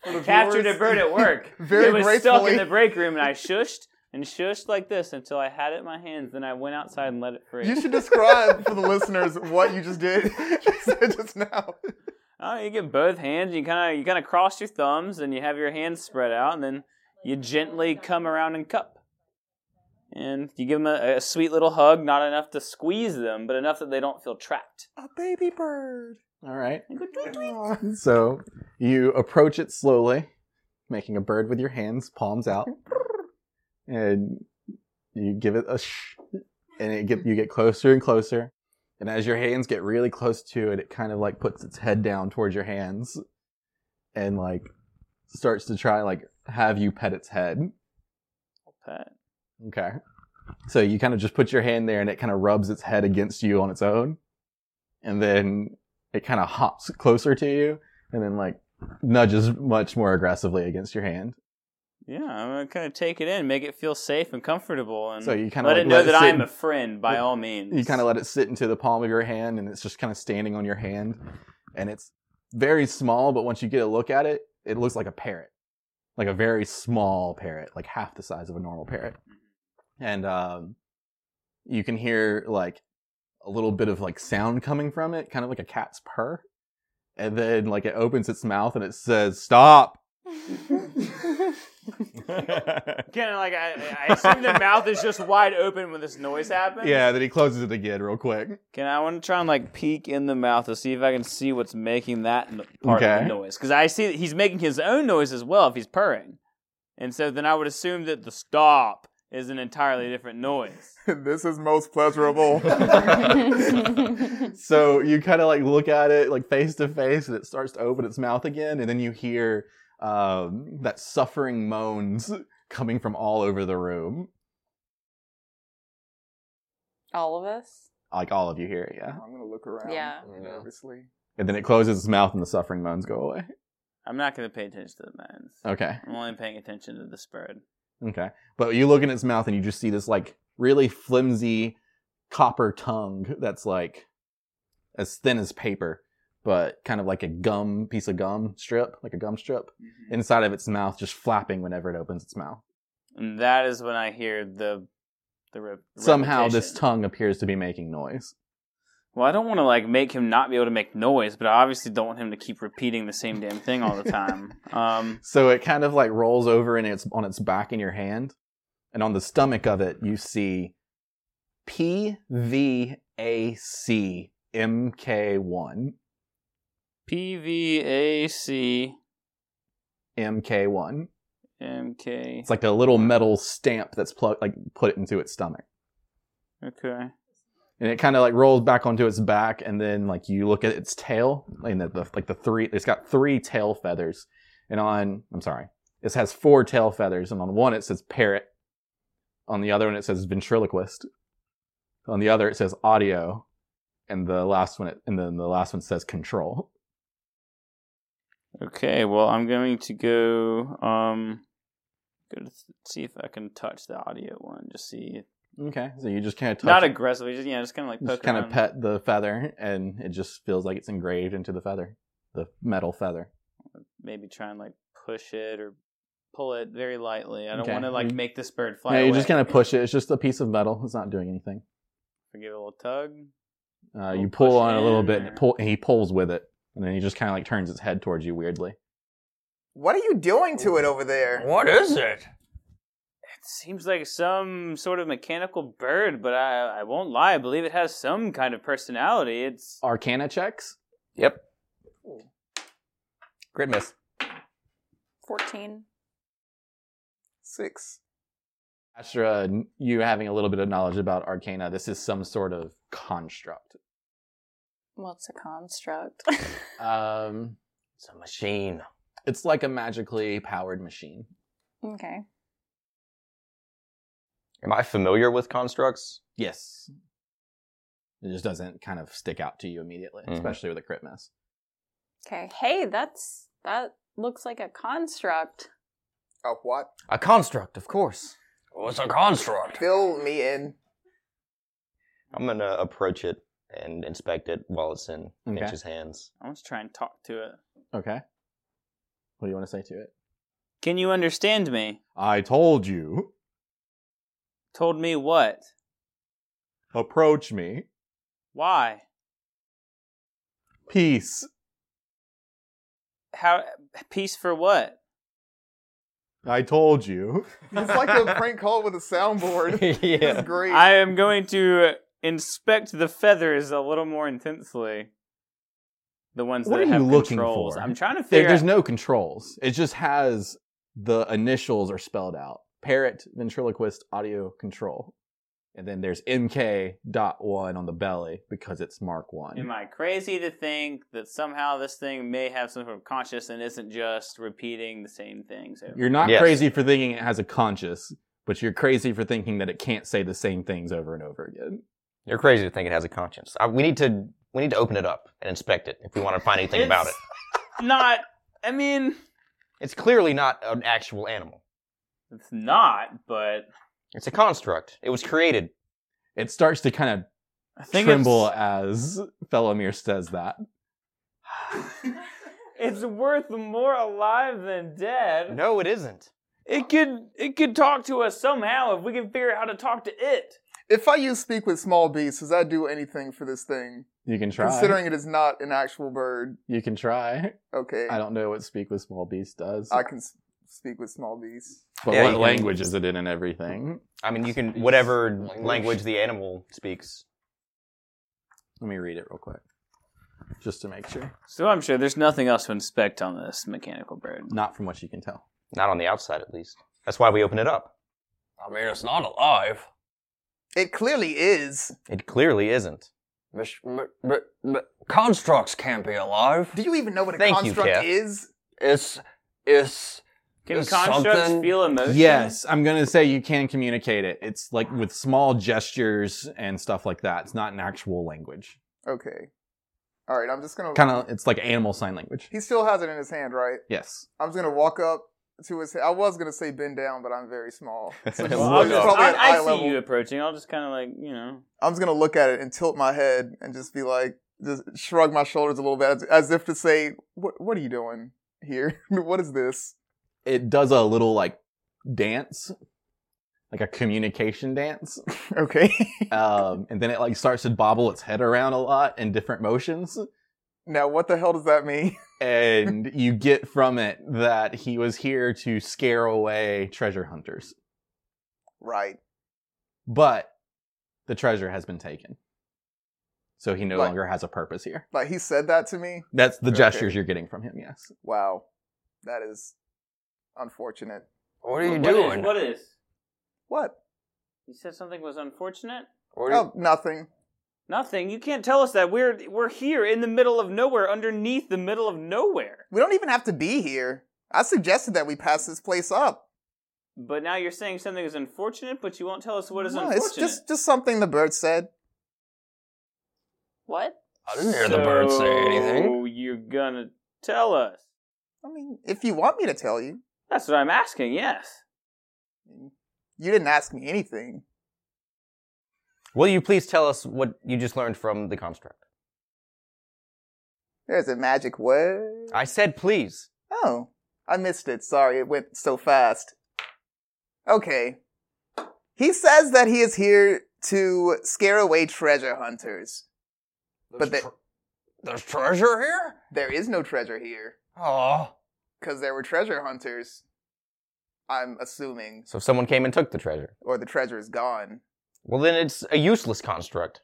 Speaker 2: the
Speaker 10: Captured a
Speaker 2: viewers-
Speaker 10: bird at work.
Speaker 2: Very
Speaker 10: it was stuck
Speaker 2: gracefully.
Speaker 10: in the break room, and I shushed and shushed like this until I had it in my hands. Then I went outside and let it free.
Speaker 2: You should describe for the listeners what you just did just now.
Speaker 10: Oh, you get both hands. You kind of you kind of cross your thumbs, and you have your hands spread out, and then you gently come around and cup. And you give them a, a sweet little hug, not enough to squeeze them, but enough that they don't feel trapped.
Speaker 2: A baby bird.
Speaker 7: All right. So you approach it slowly, making a bird with your hands, palms out, and you give it a sh, and it get, you get closer and closer. And as your hands get really close to it, it kind of like puts its head down towards your hands, and like starts to try like have you pet its head.
Speaker 10: Pet.
Speaker 7: Okay. So you kind of just put your hand there, and it kind of rubs its head against you on its own, and then it kind of hops closer to you, and then like nudges much more aggressively against your hand.
Speaker 10: Yeah, I'm gonna kind of take it in, make it feel safe and comfortable, and
Speaker 7: So you kinda,
Speaker 10: let
Speaker 7: like,
Speaker 10: it know
Speaker 7: let it
Speaker 10: that I
Speaker 7: sit
Speaker 10: am
Speaker 7: in-
Speaker 10: a friend by all means.
Speaker 7: You kind of let it sit into the palm of your hand, and it's just kind of standing on your hand. And it's very small, but once you get a look at it, it looks like a parrot, like a very small parrot, like half the size of a normal parrot. And um, you can hear like a little bit of like sound coming from it, kind of like a cat's purr. And then like it opens its mouth and it says, "Stop."
Speaker 10: Kind of like I, I assume the mouth is just wide open when this noise happens.
Speaker 7: Yeah, then he closes it again real quick.
Speaker 10: Can I want to try and like peek in the mouth to see if I can see what's making that no- part of
Speaker 7: Okay.
Speaker 10: the noise? Because I see that he's making his own noise as well if he's purring, and so then I would assume that the stop is an entirely different noise.
Speaker 2: this is most pleasurable.
Speaker 7: so you kind of like look at it like face to face and it starts to open its mouth again and then you hear um, that suffering moans coming from all over the room
Speaker 9: All of us?
Speaker 7: like all of you hear it yeah
Speaker 2: I'm gonna look around
Speaker 9: Yeah.
Speaker 2: nervously.
Speaker 7: and then it closes its mouth and the suffering moans go away
Speaker 10: I'm not going to pay attention to the moans.
Speaker 7: Okay.
Speaker 10: I'm only paying attention to the spread.
Speaker 7: okay but you look in its mouth and you just see this like really flimsy copper tongue that's like as thin as paper but kind of like a gum piece of gum strip like a gum strip inside of its mouth just flapping whenever it opens its mouth
Speaker 10: And that is when I hear the the re-
Speaker 7: somehow this
Speaker 10: repetition.
Speaker 7: tongue appears to be making noise.
Speaker 10: Well, I don't want to like make him not be able to make noise, but I obviously don't want him to keep repeating the same damn thing all the time. Um,
Speaker 7: So it kind of like rolls over and it's on its back in your hand, and on the stomach of it you see P V A C M K one
Speaker 10: P V A C
Speaker 7: M K one.
Speaker 10: M K.
Speaker 7: It's like a little metal stamp that's plugged like put into its stomach.
Speaker 10: okay.
Speaker 7: and it kind of like rolls back onto its back and then like you look at its tail and the, the like the three it's got three tail feathers and on i'm sorry this has four tail feathers and on one it says parrot on the other one it says ventriloquist on the other it says audio and the last one and then the last one says control
Speaker 10: Okay. Well, I'm going to go. Um, go to s- see if I can touch the audio one. Just see.
Speaker 7: okay so you just kind of touch
Speaker 10: Not
Speaker 7: it,
Speaker 10: aggressively. Just yeah. Just kind of like
Speaker 7: just
Speaker 10: poke
Speaker 7: kind
Speaker 10: around.
Speaker 7: of pet the feather and it just feels like it's engraved into the feather the metal feather
Speaker 10: Maybe try and like push it or pull it very lightly. I don't
Speaker 7: Okay.
Speaker 10: want to like
Speaker 7: You-
Speaker 10: make this bird fly
Speaker 7: yeah
Speaker 10: away.
Speaker 7: you're just kind of push it it's just a piece of metal it's not doing anything
Speaker 10: I give it a little tug.
Speaker 7: Uh, you pull on it a little bit, and, it pull, and he pulls with it, and then he just kind of like turns his head towards you weirdly.
Speaker 13: What are you doing to it over there?
Speaker 10: What is it? It seems like some sort of mechanical bird, but I I won't lie. I believe it has some kind of personality. It's
Speaker 7: Arcana checks.
Speaker 11: Yep. Great miss.
Speaker 9: 14.
Speaker 2: Six.
Speaker 7: Astra, n- you having a little bit of knowledge about Arcana, this is some sort of construct.
Speaker 9: Well, it's a construct.
Speaker 7: Um, it's a machine. It's like a magically powered machine.
Speaker 9: okay.
Speaker 12: Am I familiar with constructs?
Speaker 7: Yes. It just doesn't kind of stick out to you immediately,
Speaker 12: Mhm.
Speaker 7: especially with a crit miss.
Speaker 9: Okay. Hey, that's that looks like a construct.
Speaker 2: A Oh, what?
Speaker 11: A construct, of course.
Speaker 3: What's a construct?
Speaker 2: Fill me in.
Speaker 12: I'm gonna approach it and inspect it while it's in
Speaker 7: Okay.
Speaker 12: Finch's hands.
Speaker 10: I'm just trying to talk to it.
Speaker 7: Okay. What do you want to say to it?
Speaker 10: Can you understand me?
Speaker 1: I told you.
Speaker 10: Told me what?
Speaker 1: Approach me.
Speaker 10: Why?
Speaker 1: Peace.
Speaker 10: How? Peace for what?
Speaker 1: I told you.
Speaker 2: It's like a prank call with a soundboard. It's great.
Speaker 10: I am going to inspect the feathers a little more intensely. The ones
Speaker 7: What
Speaker 10: that
Speaker 7: are
Speaker 10: have
Speaker 7: you looking
Speaker 10: controls.
Speaker 7: for?
Speaker 10: I'm trying to
Speaker 7: There-
Speaker 10: figure
Speaker 7: There's
Speaker 10: out.
Speaker 7: no controls. It just has the initials are spelled out. Parrot ventriloquist audio control. And then there's MK dot one on the belly because it's Mark One.
Speaker 10: Am I crazy to think that somehow this thing may have some sort of conscious and isn't just repeating the same things? over-
Speaker 7: You're not
Speaker 10: Yes.
Speaker 7: crazy for thinking it has a conscious, but you're crazy for thinking that it can't say the same things over and over again.
Speaker 12: You're crazy to think it has a conscience. I, we need to we need to open it up and inspect it if we want to find anything about it.
Speaker 10: Not. I mean,
Speaker 12: It's clearly not an actual animal.
Speaker 10: It's not, but
Speaker 12: it's a construct. It was created.
Speaker 7: It starts to kind of
Speaker 10: think
Speaker 7: tremble as Felomir says that.
Speaker 10: it's worth more alive than dead.
Speaker 12: No, it isn't.
Speaker 10: It could it could talk to us somehow if we can figure out how to talk to it.
Speaker 2: If I use speak with small beasts, does that do anything for this thing?
Speaker 7: You can try.
Speaker 2: Considering it is not an actual bird.
Speaker 7: You can try.
Speaker 2: Okay.
Speaker 7: I don't know what speak with small beast does.
Speaker 2: I can s- speak with small beasts.
Speaker 7: But
Speaker 12: Yeah, you
Speaker 7: what
Speaker 12: can-
Speaker 7: language is it in and everything?
Speaker 12: I mean, you can whatever language, the animal speaks.
Speaker 7: Let me read it real quick, just to make sure.
Speaker 10: So I'm sure there's nothing else to inspect on this mechanical bird.
Speaker 7: Not from what you can tell.
Speaker 12: Not on the outside, at least. That's why we open it up.
Speaker 3: I mean, it's not alive.
Speaker 2: It clearly is.
Speaker 12: It clearly isn't.
Speaker 3: Mish- m- m- m- constructs can't be alive.
Speaker 2: Do you even know what a
Speaker 3: Thank you,
Speaker 2: construct
Speaker 3: Kath.
Speaker 2: is?
Speaker 3: It's it's.
Speaker 10: Can
Speaker 3: it's
Speaker 10: constructs
Speaker 3: something-
Speaker 10: feel emotion?
Speaker 7: Yes, I'm gonna say you can communicate it. It's like with small gestures and stuff like that. It's not an actual language.
Speaker 2: Okay. All right, I'm just gonna.
Speaker 7: Kind of, it's like animal sign language.
Speaker 2: He still has it in his hand, right?
Speaker 7: Yes.
Speaker 2: I'm just gonna walk up to his. I was gonna say bend down, but I'm very small. So
Speaker 10: Well,
Speaker 2: just-
Speaker 10: I'll
Speaker 2: it's
Speaker 10: just-
Speaker 2: probably
Speaker 10: I,
Speaker 2: at
Speaker 10: I
Speaker 2: eye
Speaker 10: see
Speaker 2: level.
Speaker 10: you approaching. I'll just kind of like you know.
Speaker 2: I'm just gonna look at it and tilt my head and just be like, just shrug my shoulders a little bit, as, as if to say, "What What are you doing here? what is this?"
Speaker 7: It does a little like dance, like a communication dance.
Speaker 2: Okay.
Speaker 7: um, and then it like starts to bobble its head around a lot in different motions.
Speaker 2: Now, what the hell does that mean?
Speaker 7: and you get from it that he was here to scare away treasure hunters.
Speaker 2: Right.
Speaker 7: But the treasure has been taken. So he no
Speaker 2: Like-
Speaker 7: longer has a purpose here.
Speaker 2: Like he said that to me.
Speaker 7: That's the
Speaker 2: Okay.
Speaker 7: gestures you're getting from him, yes.
Speaker 2: Wow, that is unfortunate.
Speaker 3: What
Speaker 10: is- what is?
Speaker 2: What?
Speaker 10: You said something was unfortunate.
Speaker 2: Oh, nothing.
Speaker 10: Nothing. You can't tell us that. We're we're here in the middle of nowhere, underneath the middle of nowhere.
Speaker 2: We don't even have to be here. I suggested that we pass this place up.
Speaker 10: But now you're saying something is unfortunate, but you won't tell us what is
Speaker 2: No,
Speaker 10: unfortunate.
Speaker 2: it's just just something the bird said.
Speaker 10: What?
Speaker 3: I didn't hear the bird say anything.
Speaker 10: So you're gonna tell us?
Speaker 2: I mean, if you want me to tell you,
Speaker 10: That's what I'm asking. Yes.
Speaker 2: you didn't ask me anything.
Speaker 12: Will you please tell us what you just learned from the construct?
Speaker 2: There's a magic word.
Speaker 12: I said please.
Speaker 2: Oh, I missed it. Sorry, it went so fast. Okay. He says that he is here to scare away treasure hunters. but that
Speaker 3: there's treasure here?
Speaker 2: There is no treasure here.
Speaker 3: Oh.
Speaker 2: Because there were treasure hunters. I'm assuming.
Speaker 12: So someone came and took the treasure.
Speaker 2: Or the treasure is gone.
Speaker 12: Well, then it's a useless construct.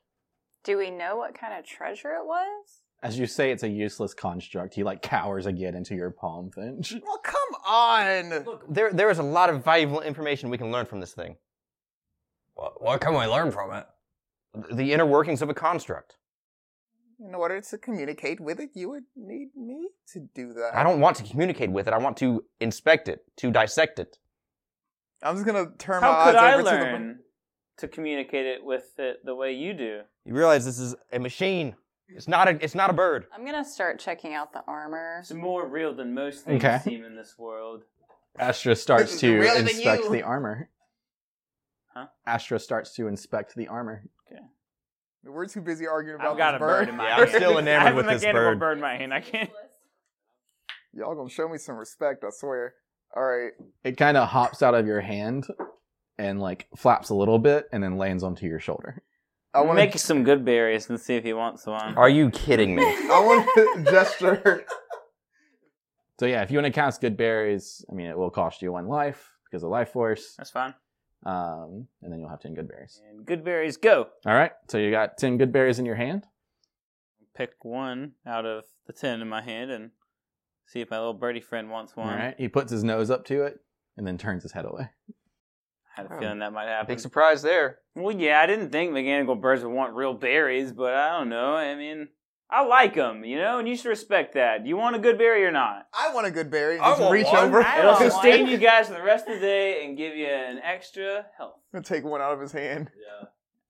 Speaker 9: Do we know what kind of treasure it was?
Speaker 7: As you say, it's a useless construct. He like cowers again into your palm finch.
Speaker 2: Well, come on.
Speaker 12: Look, there there is a lot of valuable information we can learn from this thing.
Speaker 3: What, what can we learn from it?
Speaker 12: The inner workings of a construct.
Speaker 2: In order to communicate with it, you would need me to do that.
Speaker 12: I don't want to communicate with it. I want to inspect it, to dissect it.
Speaker 2: I'm just gonna turn my
Speaker 10: How could I
Speaker 2: eyes over to the.
Speaker 10: learn to communicate it with it the way you do?
Speaker 12: You realize this is a machine. It's not a it's not a bird.
Speaker 9: I'm gonna start checking out the armor.
Speaker 10: It's more real than most things
Speaker 7: Okay.
Speaker 10: seem in this world.
Speaker 7: Astra starts to
Speaker 10: Realer than
Speaker 7: inspect
Speaker 10: you.
Speaker 7: the armor.
Speaker 10: Huh?
Speaker 7: Astra starts to inspect the armor.
Speaker 2: We're too busy arguing about
Speaker 10: I've got
Speaker 2: this
Speaker 10: a bird in my
Speaker 7: Yeah, I'm
Speaker 10: hand.
Speaker 7: still enamored
Speaker 10: I have
Speaker 7: with
Speaker 10: a
Speaker 7: this
Speaker 10: mechanical
Speaker 7: bird.
Speaker 10: in my hand. I can't.
Speaker 2: Y'all gonna show me some respect, I swear. All right.
Speaker 7: It kind of hops out of your hand and like flaps a little bit and then lands onto your shoulder.
Speaker 2: I wanna-
Speaker 10: make some good berries and see if he wants one.
Speaker 12: Are you kidding me?
Speaker 2: I want to gesture.
Speaker 7: So yeah, if you want to cast good berries, I mean it will cost you one life because of life force.
Speaker 10: That's fine.
Speaker 7: Um, and then you'll have ten good berries.
Speaker 10: And good berries go.
Speaker 7: All right, so you got ten good berries in your hand.
Speaker 10: Pick one out of the the tin in my hand and see if my little birdie friend wants
Speaker 7: All
Speaker 10: one.
Speaker 7: right. He puts his nose up to it and then turns his head away.
Speaker 10: I had a
Speaker 7: Oh.
Speaker 10: feeling that might happen.
Speaker 7: Big
Speaker 10: surprise there. Well, yeah, I didn't think mechanical birds would want real berries, but I don't know. I mean, I like them, you know, and you should respect that. Do you want a good berry or not?
Speaker 2: I want a good berry.
Speaker 10: I
Speaker 2: Just
Speaker 10: want
Speaker 2: reach
Speaker 10: one.
Speaker 2: over.
Speaker 10: It'll sustain you guys for the rest of the day and give you an extra health.
Speaker 2: I'll take one out of his hand.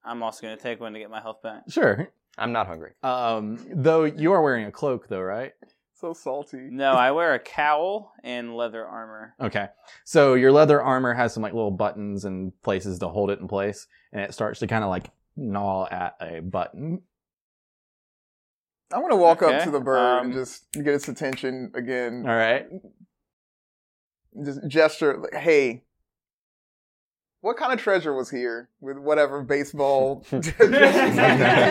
Speaker 10: I'm also going to take one to get my health back.
Speaker 7: Sure.
Speaker 12: I'm not hungry.
Speaker 7: Um, though you are wearing a cloak, though, right?
Speaker 2: So salty.
Speaker 10: No, I wear a cowl and leather armor.
Speaker 7: Okay. So your leather armor has some like little buttons and places to hold it in place, and it starts to kind of like gnaw at a button.
Speaker 2: I want to walk
Speaker 7: Okay,
Speaker 2: up to the bird and
Speaker 7: um,
Speaker 2: just get its attention again.
Speaker 7: All right.
Speaker 2: Just gesture, like, hey, what kind of treasure was here with whatever baseball?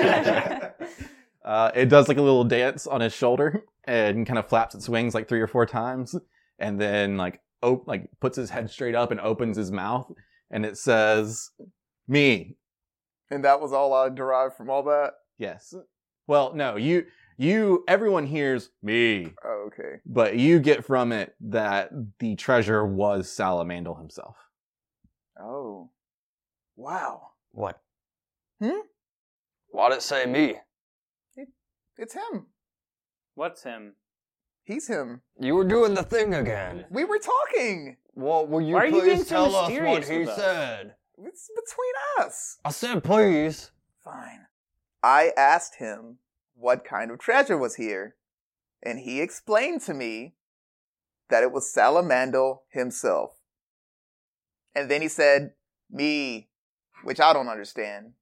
Speaker 7: Uh, it does like a little dance on his shoulder and kind of flaps its wings like three or four times, and then like op- like puts his head straight up and opens his mouth, and it says, "Me."
Speaker 2: and that was all I derived from all that.
Speaker 7: Yes. Well, no, you you everyone hears me,
Speaker 2: Oh, okay.
Speaker 7: but you get from it that the treasure was Salamandal himself.
Speaker 2: Oh, wow.
Speaker 12: What?
Speaker 3: Why'd it say me?
Speaker 2: It's him.
Speaker 10: What's him?
Speaker 2: He's him.
Speaker 3: You were doing the thing again.
Speaker 2: We were talking.
Speaker 3: Well, will you
Speaker 2: Why are you
Speaker 3: please
Speaker 2: being so
Speaker 3: tell us what
Speaker 2: mysterious
Speaker 3: he
Speaker 2: with us?
Speaker 3: said?
Speaker 2: It's between us.
Speaker 3: I said please.
Speaker 2: Fine. I asked him what kind of treasure was here, and he explained to me that it was Salamandal himself. And then he said, me, which I don't understand.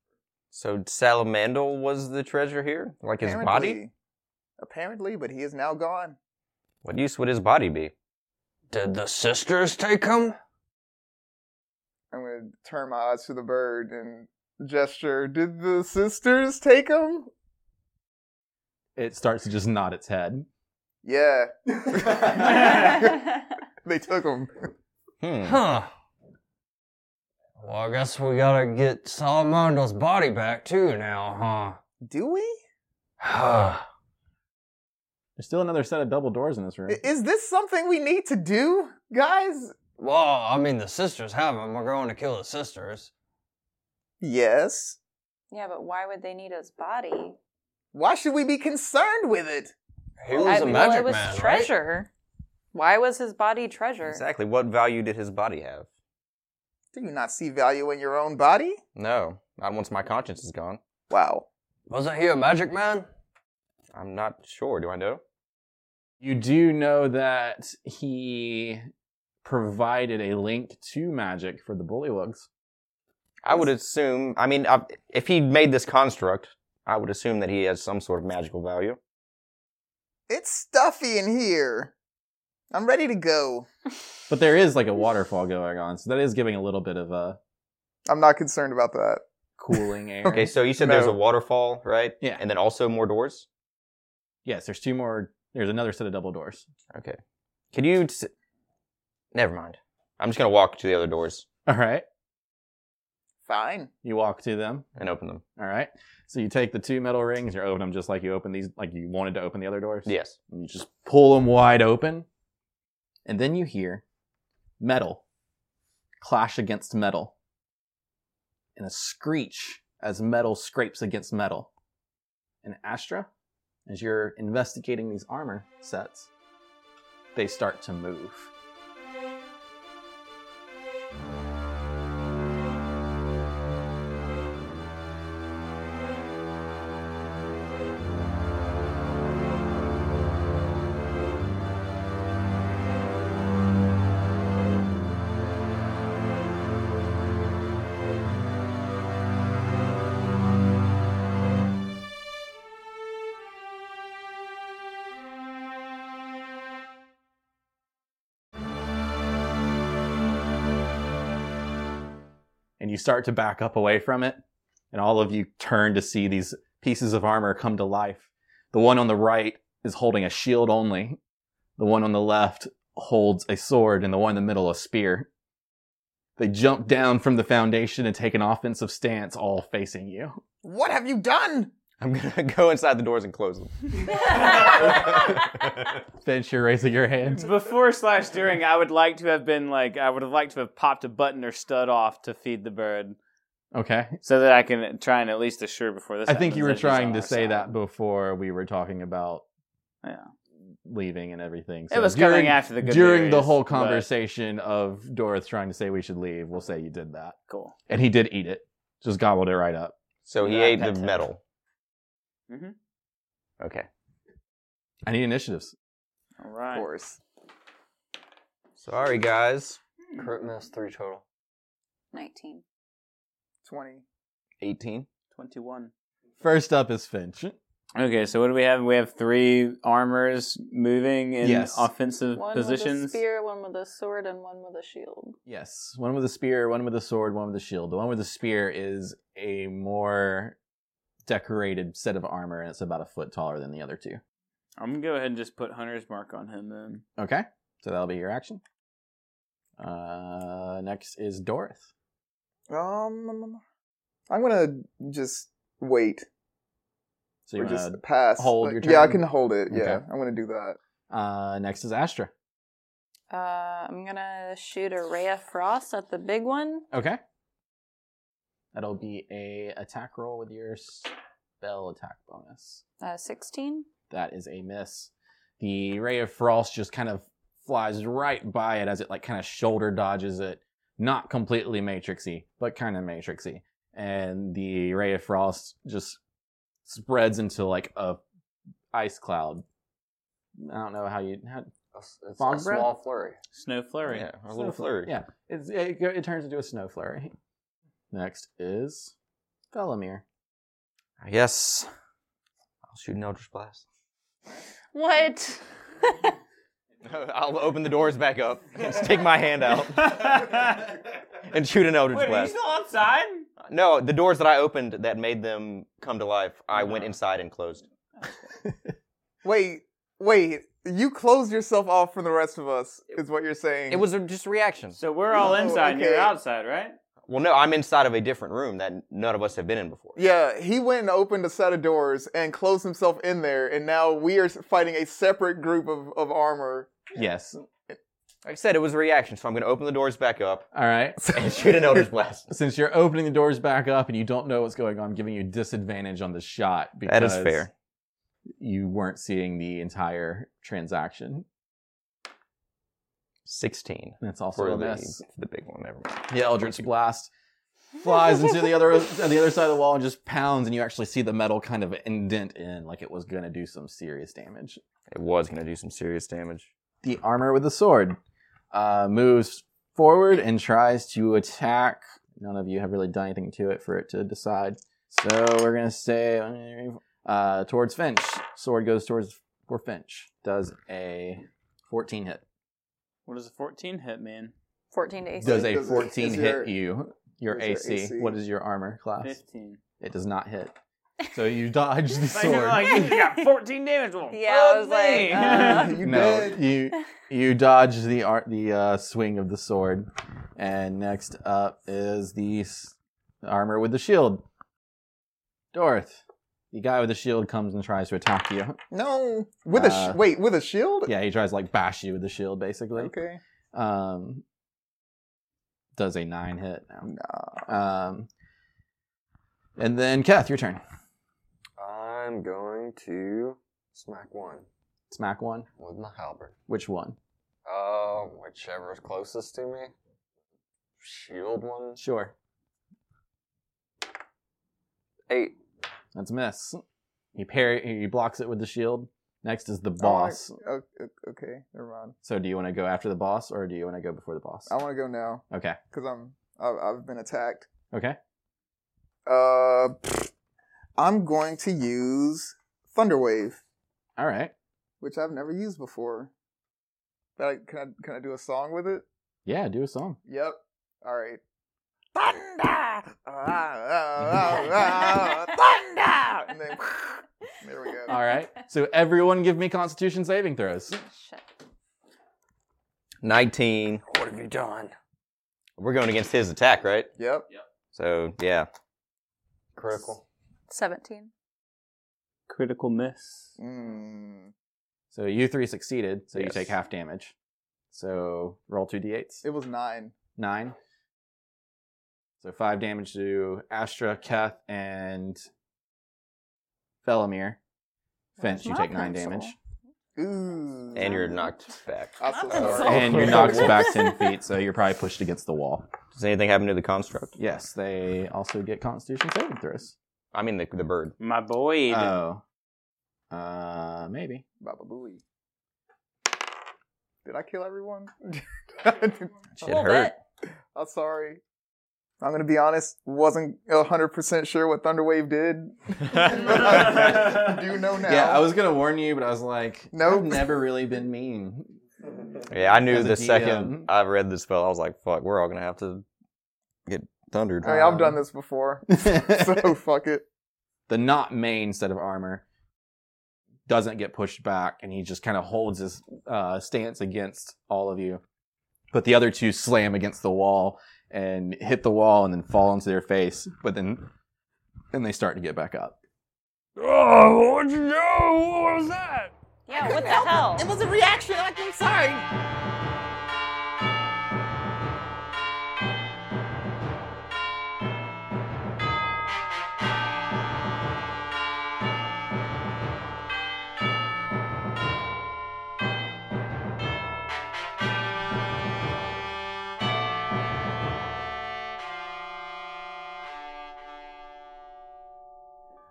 Speaker 12: So Salamandal was the treasure here? Like his body?
Speaker 2: Apparently. Apparently, but he is now gone.
Speaker 12: What use would his body be?
Speaker 3: Did the sisters take him?
Speaker 2: I'm going to turn my eyes to the bird and gesture, did the sisters take him?
Speaker 7: It starts to just nod its head.
Speaker 2: Yeah. they took him. Hmm.
Speaker 3: Huh. Well, I guess we gotta get Salamandal's body back too now,
Speaker 2: Do we? Hmm.
Speaker 3: huh?
Speaker 7: There's still another set of double doors in this room.
Speaker 2: I- Is this something we need to do, guys?
Speaker 3: well, I mean, the sisters have him. We're going to kill the sisters.
Speaker 2: Yes.
Speaker 9: Yeah, but why would they need his body?
Speaker 2: Why should we be concerned with it?
Speaker 12: He was
Speaker 9: I
Speaker 12: a
Speaker 9: mean, well,
Speaker 12: magic
Speaker 9: it was
Speaker 12: man, right?
Speaker 9: treasure. Why was his body treasure?
Speaker 12: Exactly. What value did his body have?
Speaker 2: Do you not see value in your own body?
Speaker 12: No. Not once my conscience is gone.
Speaker 2: Wow.
Speaker 3: Wasn't he a magic man?
Speaker 12: I'm not sure. Do I know?
Speaker 7: You do know that he provided a link to magic for the bullywugs.
Speaker 12: I would assume. I mean, I, if he made this construct, I would assume that he has some sort of magical value.
Speaker 2: It's stuffy in here. I'm ready to go.
Speaker 7: But there is like a waterfall going on, so that is giving a little bit of a
Speaker 2: I'm not concerned about that.
Speaker 7: cooling air.
Speaker 12: Okay, so you said there's a
Speaker 7: No.
Speaker 12: waterfall, right?
Speaker 7: Yeah.
Speaker 12: And then also more doors.
Speaker 7: Yes, there's two more. There's another set of double doors.
Speaker 12: Okay. Can you? T- Never mind. I'm just gonna walk to the other doors
Speaker 7: All right.
Speaker 2: Fine.
Speaker 7: You walk to them.
Speaker 12: and open them.
Speaker 7: All right. So you take the two metal rings. You open them just like you open these, like you wanted to open the other doors.
Speaker 12: Yes.
Speaker 7: And you just pull them wide open, and then you hear metal clash against metal, and a screech as metal scrapes against metal. And Astra, as you're investigating these armor sets, they start to move. and you start to back up away from it. And all of you turn to see these pieces of armor come to life. The one on the right is holding a shield only. The one on the left holds a sword, and the one in the middle a spear. They jump down from the foundation and take an offensive stance, all facing you.
Speaker 2: What have you done?
Speaker 12: I'm gonna go inside the doors and close them.
Speaker 7: Finch, you're raising your hand.
Speaker 10: Before slash during, I would like to have been like I would have liked to have popped a button or stud off to feed the bird, Mm-hmm.
Speaker 7: Okay.
Speaker 10: so that I can try and at least assure before this.
Speaker 7: I think
Speaker 10: happens
Speaker 7: you were
Speaker 10: that she's on
Speaker 7: trying to
Speaker 10: our
Speaker 7: say
Speaker 10: side.
Speaker 7: that before we were talking about
Speaker 10: Yeah.
Speaker 7: leaving and everything.
Speaker 10: It was coming after the good
Speaker 7: during the
Speaker 10: berries,
Speaker 7: whole
Speaker 10: but-
Speaker 7: conversation of Doris trying to say we should leave. We'll say you did that.
Speaker 10: Cool.
Speaker 7: And he did eat it. Just gobbled it right up.
Speaker 12: So he ate the metal.
Speaker 10: Mhm.
Speaker 12: Okay.
Speaker 7: I need initiatives.
Speaker 10: All right.
Speaker 2: Of course.
Speaker 12: Sorry, guys.
Speaker 2: Hmm.
Speaker 3: Crit miss three total.
Speaker 9: 19.
Speaker 2: 20.
Speaker 12: 18.
Speaker 10: 21.
Speaker 7: First up is Finch.
Speaker 10: Okay, so what do we have? We have three armors moving in
Speaker 7: Yes.
Speaker 10: offensive
Speaker 9: One with a
Speaker 10: positions.
Speaker 9: spear, one with a sword, and one with a shield.
Speaker 7: Yes, one with a spear, one with a sword, one with a shield. The one with the spear is a more decorated set of armor, and it's about a foot taller than the other two.
Speaker 10: I'm gonna go ahead and just put Hunter's mark on him then.
Speaker 7: Okay, so that'll be your action. Uh, next is Dorith.
Speaker 2: Um, I'm gonna just wait.
Speaker 7: So you
Speaker 2: or just
Speaker 7: wanna
Speaker 2: pass.
Speaker 7: hold
Speaker 2: Like,
Speaker 7: your
Speaker 2: Yeah, I
Speaker 7: turn?
Speaker 2: can hold it. Yeah,
Speaker 7: Okay.
Speaker 2: I'm gonna do that.
Speaker 7: Uh, next is Astra.
Speaker 9: Uh, I'm gonna shoot a ray of frost at the big one.
Speaker 7: Okay. That'll be a attack roll with your spell attack bonus.
Speaker 9: Uh, 16.
Speaker 7: That is a miss. The ray of frost just kind of flies right by it as it like kind of shoulder dodges it. Not completely matrixy, but kind of matrixy. And the ray of frost just spreads into like a ice cloud. I don't know how you how,
Speaker 3: It's, it's
Speaker 7: Fog
Speaker 3: a
Speaker 7: breath?
Speaker 3: small flurry.
Speaker 10: Snow flurry.
Speaker 12: Yeah, a
Speaker 7: Snow
Speaker 12: little flurry.
Speaker 7: Yeah, it's, it, go- it turns into a snow flurry. Next is Felomir.
Speaker 12: Yes. I'll shoot an Eldritch Blast.
Speaker 9: What?
Speaker 12: I'll open the doors back up and stick my hand out and shoot an Eldritch Blast.
Speaker 10: outside?
Speaker 12: No, the doors that I opened that made them come to life, I went inside and closed.
Speaker 2: Wait, wait. You closed yourself off from the rest of us, is what you're saying.
Speaker 12: It was a, just a reaction.
Speaker 10: So we're all
Speaker 2: Oh,
Speaker 10: inside and you're
Speaker 2: okay.
Speaker 10: outside, right?
Speaker 12: Well, no, I'm inside of a different room that none of us have been in before.
Speaker 2: Yeah, he went and opened a set of doors and closed himself in there, and now we are fighting a separate group of, of armor.
Speaker 7: Yes.
Speaker 12: Like I said, it was a reaction, so I'm going to open the doors back up
Speaker 7: All right.
Speaker 12: and shoot an Eldritch Blast.
Speaker 7: Since you're opening the doors back up and you don't know what's going on, I'm giving you disadvantage on the shot because
Speaker 12: That is fair.
Speaker 7: You weren't seeing the entire transaction.
Speaker 12: 16.
Speaker 7: That's also
Speaker 12: for
Speaker 7: a
Speaker 12: the,
Speaker 7: miss.
Speaker 12: for the big one. Never mind.
Speaker 7: The Eldritch Blast flies into the other on the other side of the wall and just pounds, and you actually see the metal kind of indent in, like it was gonna do some serious damage.
Speaker 12: It was going to do some serious damage.
Speaker 7: the armor with the sword uh, moves forward and tries to attack. None of you have really done anything to it for it to decide. So we're gonna say uh, towards Finch. Sword goes towards for Finch. Does a 14 hit?
Speaker 10: What does a 14 hit, man?
Speaker 9: 14 to AC.
Speaker 7: Does a
Speaker 2: Does it-
Speaker 7: 14
Speaker 2: is your-
Speaker 7: hit you? Your
Speaker 2: is your
Speaker 7: AC.
Speaker 2: AC?
Speaker 7: What is your armor class?
Speaker 10: 15.
Speaker 7: It does not hit. So you dodge the
Speaker 10: Like, you're
Speaker 7: sword.
Speaker 10: like, you got 14 damage. Well,
Speaker 9: Yeah, I
Speaker 10: fuck
Speaker 9: was like,
Speaker 10: me.
Speaker 9: uh,
Speaker 2: You
Speaker 7: no,
Speaker 2: did.
Speaker 7: you you dodge the ar- the uh, swing of the sword, and next up is the s- armor with the shield. Dorth, the guy with the shield comes and tries to attack you.
Speaker 2: No, with a
Speaker 7: Uh,
Speaker 2: sh- wait, with a shield.
Speaker 7: Yeah, he tries to like bash you with the shield, basically.
Speaker 2: Okay.
Speaker 7: Um, does a nine hit? No. Um, and then Keth, your turn.
Speaker 3: I'm going to smack one
Speaker 7: Smack one.
Speaker 3: with my halberd.
Speaker 7: Which one?
Speaker 3: Uh,
Speaker 7: Hmm.
Speaker 3: whichever is closest to me. Shield one.
Speaker 7: Sure,
Speaker 3: Eight.
Speaker 7: that's a miss. He parry. He blocks it with the shield. Next is the boss.
Speaker 2: Oh, I- o- okay, never mind.
Speaker 7: So do you want to go after the boss or do you want to go before the boss?
Speaker 2: I want to go now
Speaker 7: Okay.
Speaker 2: because I'm I've, I've been attacked.
Speaker 7: Okay.
Speaker 2: Uh, I'm going to use Thunderwave,
Speaker 7: All right.
Speaker 2: which I've never used before. Like, can I can I do a song with it?
Speaker 7: Yeah, do a song.
Speaker 2: Yep. All right. Thunder! Ah,
Speaker 3: Oh,
Speaker 2: ah, ah, ah, thunder! And then, there we go.
Speaker 7: All right. So everyone give me constitution saving throws.
Speaker 12: 19.
Speaker 3: What have you done?
Speaker 12: We're going against his attack, right?
Speaker 2: Yep.
Speaker 12: So, yeah.
Speaker 3: Critical.
Speaker 9: 17.
Speaker 10: critical miss.
Speaker 2: Mm.
Speaker 7: So you three succeeded, so you
Speaker 10: Yes.
Speaker 7: take half damage. So roll two d8s.
Speaker 2: It was nine.
Speaker 7: Nine. So five damage to Astra, Keth, and Felomir. Finch, you
Speaker 2: my
Speaker 7: take nine
Speaker 2: pencil?
Speaker 7: damage.
Speaker 2: Ooh.
Speaker 12: And you're knocked back.
Speaker 2: Oh.
Speaker 7: And you're knocked back 10 feet, so you're probably pushed against the wall.
Speaker 12: Does anything happen to the construct?
Speaker 7: Yes, they also get Constitution saving throws.
Speaker 12: I mean, the, the bird.
Speaker 10: My boy.
Speaker 7: Oh. Uh, maybe.
Speaker 2: Baba Booey. Did I kill everyone?
Speaker 12: Shit hurt.
Speaker 2: I'm sorry. I'm gonna be honest. Wasn't 100 percent sure what Thunderwave did. Do know now.
Speaker 7: Yeah, I was gonna warn you, but I was like,
Speaker 2: Oh, Nope.
Speaker 7: I've never really been mean.
Speaker 12: Yeah, I knew
Speaker 7: As a
Speaker 12: the
Speaker 7: DM.
Speaker 12: second I read the spell, I was like, fuck, we're all going to have to get thundered.
Speaker 2: I mean, I've done this before, so fuck it.
Speaker 7: The not main set of armor doesn't get pushed back, and he just kind of holds his uh, stance against all of you. But the other two slam against the wall and hit the wall, and then fall onto their face. But then, then they start to get back up.
Speaker 3: Oh, what'd you do? What was that?
Speaker 9: Yeah, what the hell?
Speaker 13: It was a reaction. Like, I'm sorry.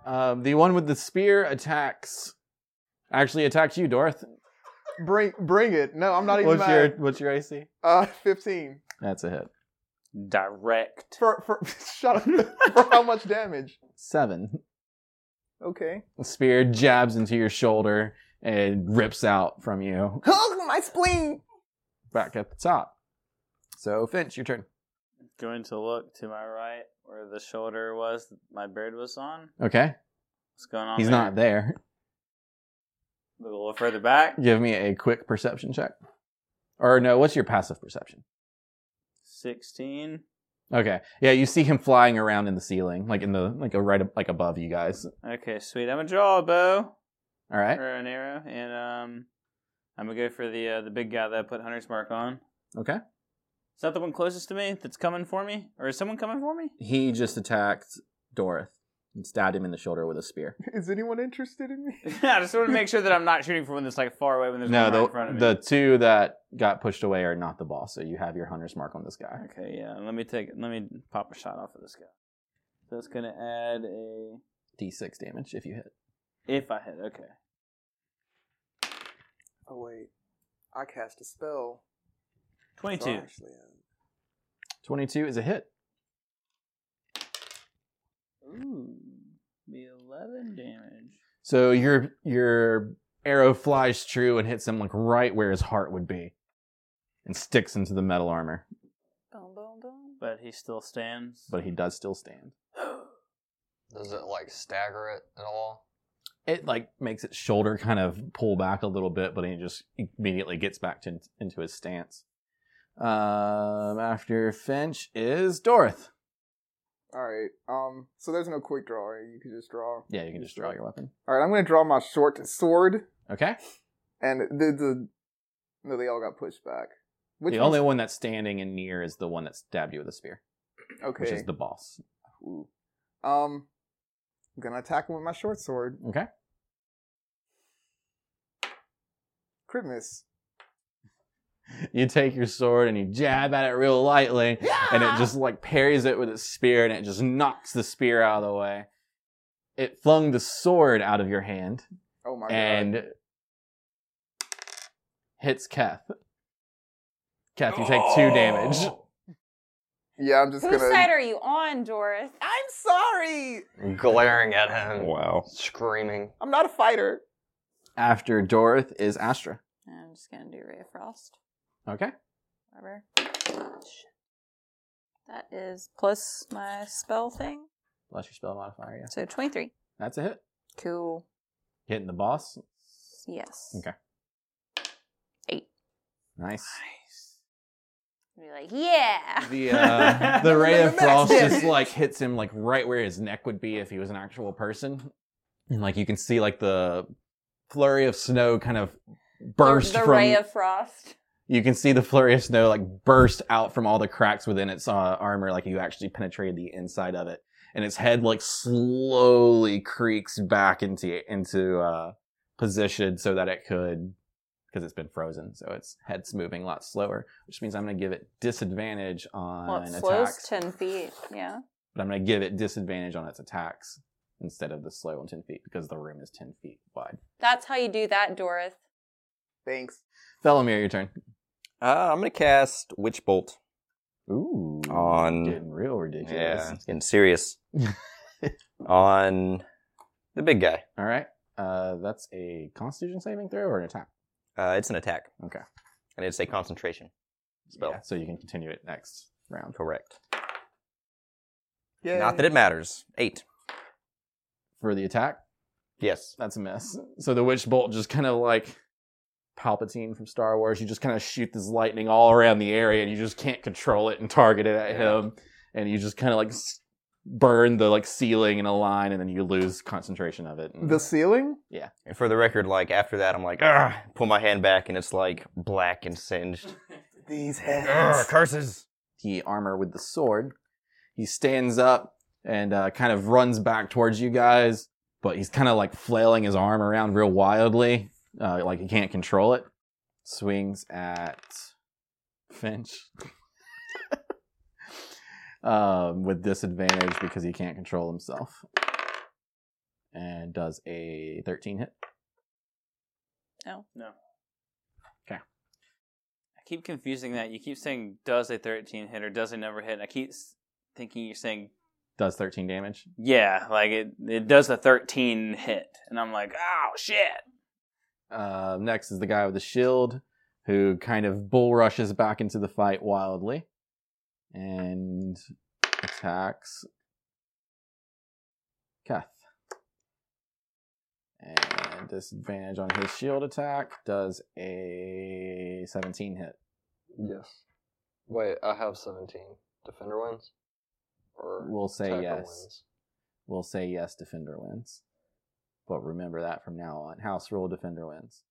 Speaker 7: Um, the one with the spear attacks, actually attacks you, Dorth.
Speaker 2: Bring bring it. No, I'm not even
Speaker 7: What's
Speaker 2: mad.
Speaker 7: your What's your AC?
Speaker 2: Uh, 15.
Speaker 7: That's a hit.
Speaker 10: Direct.
Speaker 2: For for shut up. for how much damage?
Speaker 7: Seven.
Speaker 2: Okay.
Speaker 7: The spear jabs into your shoulder and rips out from you.
Speaker 2: Oh, my spleen.
Speaker 7: Back at the top. So Finch, your turn.
Speaker 10: Going to look to my right where the shoulder was that my bird was on.
Speaker 7: Okay.
Speaker 10: What's going on?
Speaker 7: He's not there.
Speaker 10: A little further back.
Speaker 7: Give me a quick perception check. Or no, what's your passive perception?
Speaker 10: 16.
Speaker 7: Okay. Yeah, you see him flying around in the ceiling, like in the like a right ab- like above you guys.
Speaker 10: Okay, sweet. I'm gonna draw a bow.
Speaker 7: All right.
Speaker 10: Or an arrow, and um, I'm gonna go for the uh, the big guy that I put Hunter's Mark on.
Speaker 7: Okay.
Speaker 10: Is that the one closest to me that's coming for me, or is someone coming for me?
Speaker 7: He just attacked Doroth and stabbed him in the shoulder with a spear.
Speaker 2: Is anyone interested in me?
Speaker 10: I just want to make sure that I'm not shooting for one that's like far away when there's
Speaker 7: No,
Speaker 10: one right in front
Speaker 7: the
Speaker 10: of me.
Speaker 7: the two that got pushed away are not the boss, so you have your hunter's mark on this guy.
Speaker 10: Okay, yeah. Let me take. Let me pop a shot off of this guy. That's gonna add a
Speaker 7: D6 damage if you hit.
Speaker 10: if I hit. Okay.
Speaker 2: Oh wait, I cast a spell.
Speaker 10: 22.
Speaker 2: Actually, uh,
Speaker 7: 22 is a hit.
Speaker 10: Ooh, be 11 damage.
Speaker 7: So your your arrow flies true and hits him like right where his heart would be, and sticks into the metal armor.
Speaker 9: Boom, boom, boom.
Speaker 10: But he still stands.
Speaker 7: But he does still stand.
Speaker 6: Does it like stagger it at all?
Speaker 7: It like makes its shoulder kind of pull back a little bit, but he just immediately gets back to into his stance. Um, after Finch is Dorth.
Speaker 2: All right. Um. So there's no quick draw. Right? You can just draw.
Speaker 7: Yeah, you can just draw your weapon.
Speaker 2: All right. I'm gonna draw my short sword,
Speaker 7: Okay.
Speaker 2: and the the no, they all got pushed back. Which
Speaker 7: the
Speaker 2: one's-
Speaker 7: only one that's standing and near is the one that stabbed you with a spear. Which
Speaker 2: Okay.
Speaker 7: is the boss.
Speaker 2: Ooh. Um. I'm gonna attack him with my short sword.
Speaker 7: Okay.
Speaker 2: Crit miss.
Speaker 7: You take your sword and you jab at it real lightly, and it just like parries it with its spear, and it just knocks the spear out of the way. It flung the sword out of your hand
Speaker 2: Oh my
Speaker 7: and hits Keth. Keth, you take two damage.
Speaker 9: Oh.
Speaker 2: Yeah, I'm just
Speaker 9: Whose side are you on, Doris?
Speaker 2: I'm sorry.
Speaker 12: Glaring at him.
Speaker 7: Wow.
Speaker 12: Screaming.
Speaker 2: I'm not a fighter.
Speaker 7: After Doroth is Astra.
Speaker 9: I'm just gonna do Ray of Frost.
Speaker 7: Okay.
Speaker 9: Whatever. Shit. That is plus my spell thing.
Speaker 7: Plus your spell modifier, yeah.
Speaker 9: So 23.
Speaker 7: That's a hit.
Speaker 9: Cool.
Speaker 7: Hitting the boss.
Speaker 9: Yes.
Speaker 7: Okay.
Speaker 9: Eight.
Speaker 7: Nice.
Speaker 9: Be like, yeah.
Speaker 7: The uh, the ray of frost
Speaker 9: Max
Speaker 7: just
Speaker 9: damage.
Speaker 7: like hits him like right where his neck would be if he was an actual person, and like you can see like the flurry of snow kind of burst
Speaker 9: the
Speaker 7: from
Speaker 9: ray of frost.
Speaker 7: you can see the flurry of snow like burst out from all the cracks within its uh, armor like you actually penetrated the inside of it and its head like slowly creaks back into into uh position so that it could because it's been frozen so its head's moving a lot slower which means i'm going to give it disadvantage on
Speaker 9: Well, it slows
Speaker 7: attacks
Speaker 9: ten feet. Yeah.
Speaker 7: but i'm going to give it disadvantage on its attacks instead of the slow on 10 feet because the room is 10 feet wide
Speaker 9: That's how you do that, Dorothy.
Speaker 2: Thanks.
Speaker 7: Felomir, your turn
Speaker 12: Uh, I'm gonna cast Witch Bolt.
Speaker 7: Ooh.
Speaker 12: On
Speaker 7: getting real ridiculous.
Speaker 12: Yeah, it's getting serious. on the big guy.
Speaker 7: All right. Uh, that's a Constitution saving throw or an attack?
Speaker 12: Uh, it's an attack.
Speaker 7: Okay.
Speaker 12: And it's a concentration spell.
Speaker 7: so you can continue it next round.
Speaker 12: Correct.
Speaker 2: Yay.
Speaker 12: Not that it matters. Eight.
Speaker 7: for the attack.
Speaker 12: Yes,
Speaker 7: that's a miss. So the witch bolt just kind of like Palpatine from Star Wars. You just kind of shoot this lightning all around the area, and you just can't control it and target it at him. And you just kind of like s- burn the like ceiling in a line, and then you lose concentration of it. and-
Speaker 2: The ceiling?
Speaker 7: yeah.
Speaker 12: And for the record, like after that, I'm like, Argh! pull my hand back, and it's like black and singed.
Speaker 2: These heads.
Speaker 12: curses.
Speaker 7: The armor with the sword. He stands up and uh, kind of runs back towards you guys, but he's kind of like flailing his arm around real wildly, uh, like he can't control it. Swings at Finch um, with disadvantage because he can't control himself, and does a 13 hit.
Speaker 9: No.
Speaker 10: No.
Speaker 7: Okay.
Speaker 10: I keep confusing that. You keep saying does a 13 hit or does it never hit? And I keep s- thinking you're saying
Speaker 7: Does 13 damage.
Speaker 10: yeah, like it it does a 13 hit. And I'm like, "Oh shit."
Speaker 7: Uh, next is the guy with the shield, who kind of bull rushes back into the fight wildly, and attacks Keth. And disadvantage on his shield attack does a 17 hit.
Speaker 6: Yes. Wait, I have 17. Defender wins? Or
Speaker 7: We'll say
Speaker 6: attacker
Speaker 7: yes.
Speaker 6: wins?
Speaker 7: We'll say yes, defender wins. But remember that from now on, house rule: defender wins.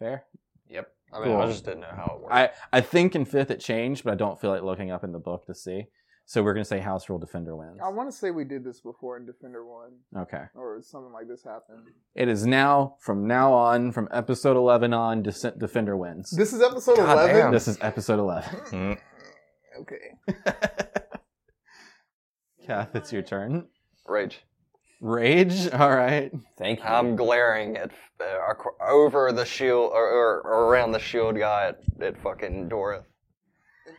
Speaker 7: Fair.
Speaker 12: Yep.
Speaker 6: I mean, I
Speaker 7: Cool.
Speaker 6: just didn't know how it worked.
Speaker 7: I, I think in fifth it changed, but I don't feel like looking up in the book to see. So we're gonna say house rule defender wins.
Speaker 2: I want to say we did this before in Defender 1
Speaker 7: Okay.
Speaker 2: or something like this happened.
Speaker 7: It is now from now on, from episode eleven on, descent defender wins.
Speaker 2: This is episode 11.
Speaker 7: This is episode eleven.
Speaker 2: Okay.
Speaker 7: Kath, it's your turn.
Speaker 6: Rage.
Speaker 7: Rage. All right. Um,
Speaker 12: Thank you.
Speaker 6: I'm glaring at uh, ac- over the shield or, or, or around the shield guy at, at fucking Dorith.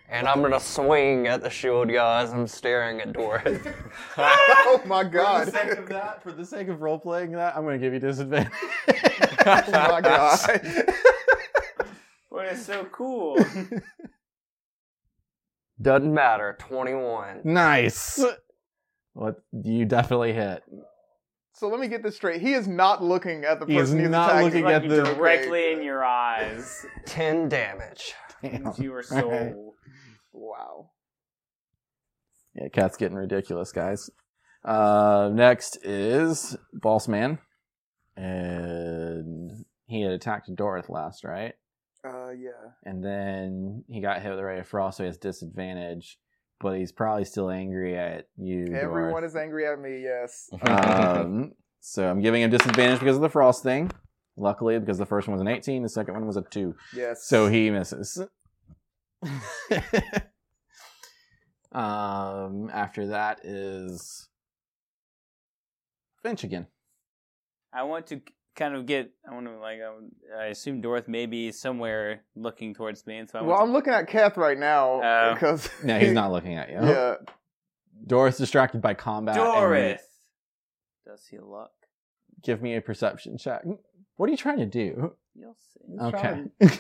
Speaker 6: And I'm gonna swing at the shield guy as I'm staring at Dorith.
Speaker 2: oh my
Speaker 7: For
Speaker 2: god.
Speaker 7: the sake of that, for the sake of role playing that, I'm gonna give you disadvantage.
Speaker 2: oh my god.
Speaker 10: Boy, it's so cool.
Speaker 6: Doesn't matter. 21.
Speaker 7: nice. What you definitely hit.
Speaker 2: So let me get this straight. He is not looking at the
Speaker 7: He is
Speaker 2: person he's
Speaker 7: not
Speaker 2: attacking.
Speaker 7: looking at the-
Speaker 10: Directly in your eyes.
Speaker 6: 10 damage.
Speaker 10: Into your
Speaker 7: All right.
Speaker 10: soul.
Speaker 2: Wow.
Speaker 7: Yeah, cat's getting ridiculous, guys. Uh, next is Boss Man, and he had attacked Dorith last, right?
Speaker 2: Uh, yeah.
Speaker 7: And then he got hit with a ray of frost, so he has disadvantage. But he's probably still angry at you. Dorith.
Speaker 2: Everyone is angry at me, yes.
Speaker 7: um, so I'm giving him disadvantage because of the frost thing. Luckily, because the first one was an 18, the second one was a 2.
Speaker 2: Yes.
Speaker 7: So he misses. um, after that is Finch again.
Speaker 10: I want to kind of get. I want to like. I, would- I assume Dorth may be somewhere looking towards me, and so I
Speaker 2: well,
Speaker 10: want
Speaker 2: I'm looking at Kath right now
Speaker 10: Oh.
Speaker 2: because
Speaker 7: No, he's not looking at you.
Speaker 2: Yeah.
Speaker 7: Doris distracted by combat.
Speaker 10: to.
Speaker 7: and
Speaker 10: Dorth. Does he look?
Speaker 7: Give me a perception check. What are you trying to do?
Speaker 10: You'll see.
Speaker 7: Okay.
Speaker 10: And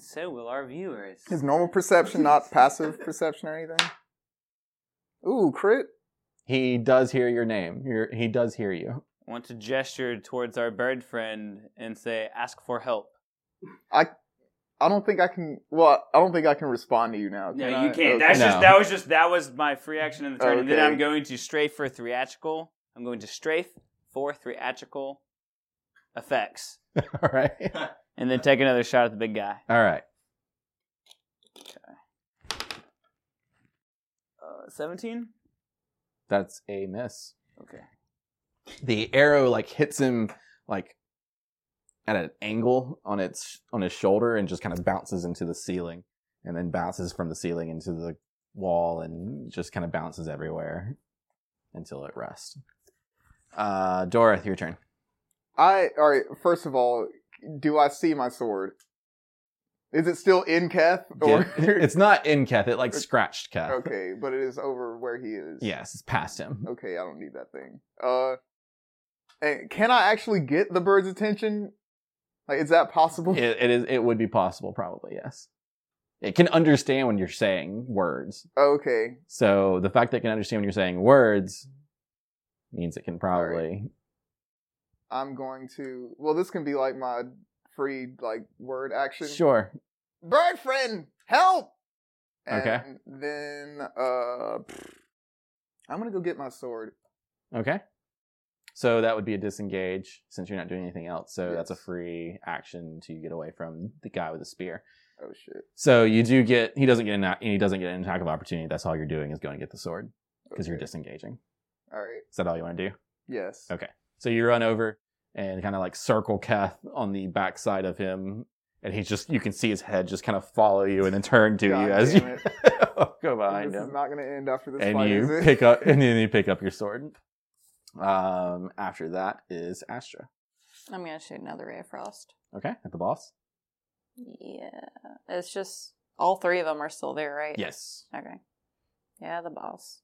Speaker 10: so will our viewers.
Speaker 2: His normal perception, not passive perception or anything. Ooh, crit.
Speaker 7: He does hear your name. You're, he does hear you.
Speaker 10: I want to gesture towards our bird friend and say, "Ask for help."
Speaker 2: I I don't think I can well, I don't think I can respond to you now.
Speaker 10: No,
Speaker 2: can
Speaker 10: you
Speaker 2: I?
Speaker 10: can't.
Speaker 2: Okay.
Speaker 10: That's
Speaker 7: Oh, No.
Speaker 10: just that was just that was my free action in the turn, and then
Speaker 2: Okay.
Speaker 10: I'm going to strafe for theatrical. I'm going to strafe four theatrical effects.
Speaker 7: All right.
Speaker 10: And then take another shot at the big guy.
Speaker 7: All right.
Speaker 10: Uh, 17?
Speaker 7: That's a miss.
Speaker 10: Okay.
Speaker 7: The arrow like hits him like at an angle on its on his shoulder and just kind of bounces into the ceiling and then bounces from the ceiling into the wall and just kind of bounces everywhere until it rests. Uh Doroth, your turn.
Speaker 2: I all right. First of all, do I see my sword? Is it still in Keth? Or
Speaker 7: Yeah, it's not in Keth, it like scratched Keth.
Speaker 2: okay, but it is over where he is.
Speaker 7: Yes, it's past him.
Speaker 2: Okay, I don't need that thing. Uh, and can I actually get the bird's attention? Like, is that possible?
Speaker 7: It, it is it would be possible probably, yes. It can understand when you're saying words.
Speaker 2: Okay.
Speaker 7: So the fact that it can understand when you're saying words means it can probably
Speaker 2: I'm going to. Well, this can be like my free like word action.
Speaker 7: Sure.
Speaker 2: Bird friend, help! And
Speaker 7: Okay.
Speaker 2: Then uh, I'm gonna go get my sword.
Speaker 7: Okay. So that would be a disengage since you're not doing anything else. So that's a free action to get away from the guy with the spear.
Speaker 2: Oh shit.
Speaker 7: So you do get he doesn't get an he doesn't get an attack of opportunity. That's all you're doing is going to get the sword because you're disengaging.
Speaker 2: All right.
Speaker 7: Is that all you want to do?
Speaker 2: Yes.
Speaker 7: Okay. So you run over and kind of like circle Keth on the backside of him, and he's just you can see his head just kind of follow you and then turn to you as you go behind
Speaker 2: this
Speaker 7: him
Speaker 2: is not gonna end after this
Speaker 7: and
Speaker 2: fight, is
Speaker 7: you
Speaker 2: it?
Speaker 7: pick up and then you pick up your sword. Um, after that is Astra.
Speaker 9: I'm gonna shoot another ray of frost.
Speaker 7: Okay, at the boss.
Speaker 9: Yeah, it's just all three of them are still there, right?
Speaker 7: Yes.
Speaker 9: Okay. Yeah, the boss.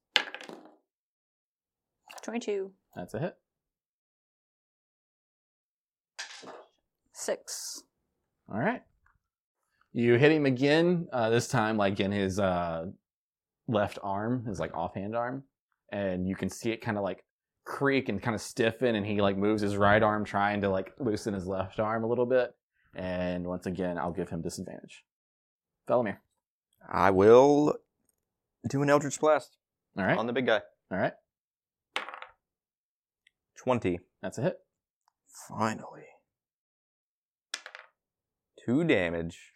Speaker 9: Twenty-two,
Speaker 7: That's a hit.
Speaker 9: six.
Speaker 7: All right. You hit him again. Uh, this time, like in his uh, left arm, his like offhand arm, and you can see it kind of like creak and kind of stiffen, and he like moves his right arm trying to like loosen his left arm a little bit. And once again, I'll give him disadvantage. Felomir.
Speaker 12: I will do an Eldritch Blast.
Speaker 7: All right.
Speaker 12: On the big guy.
Speaker 7: All right.
Speaker 12: 20.
Speaker 7: That's a hit.
Speaker 12: Finally. Two damage.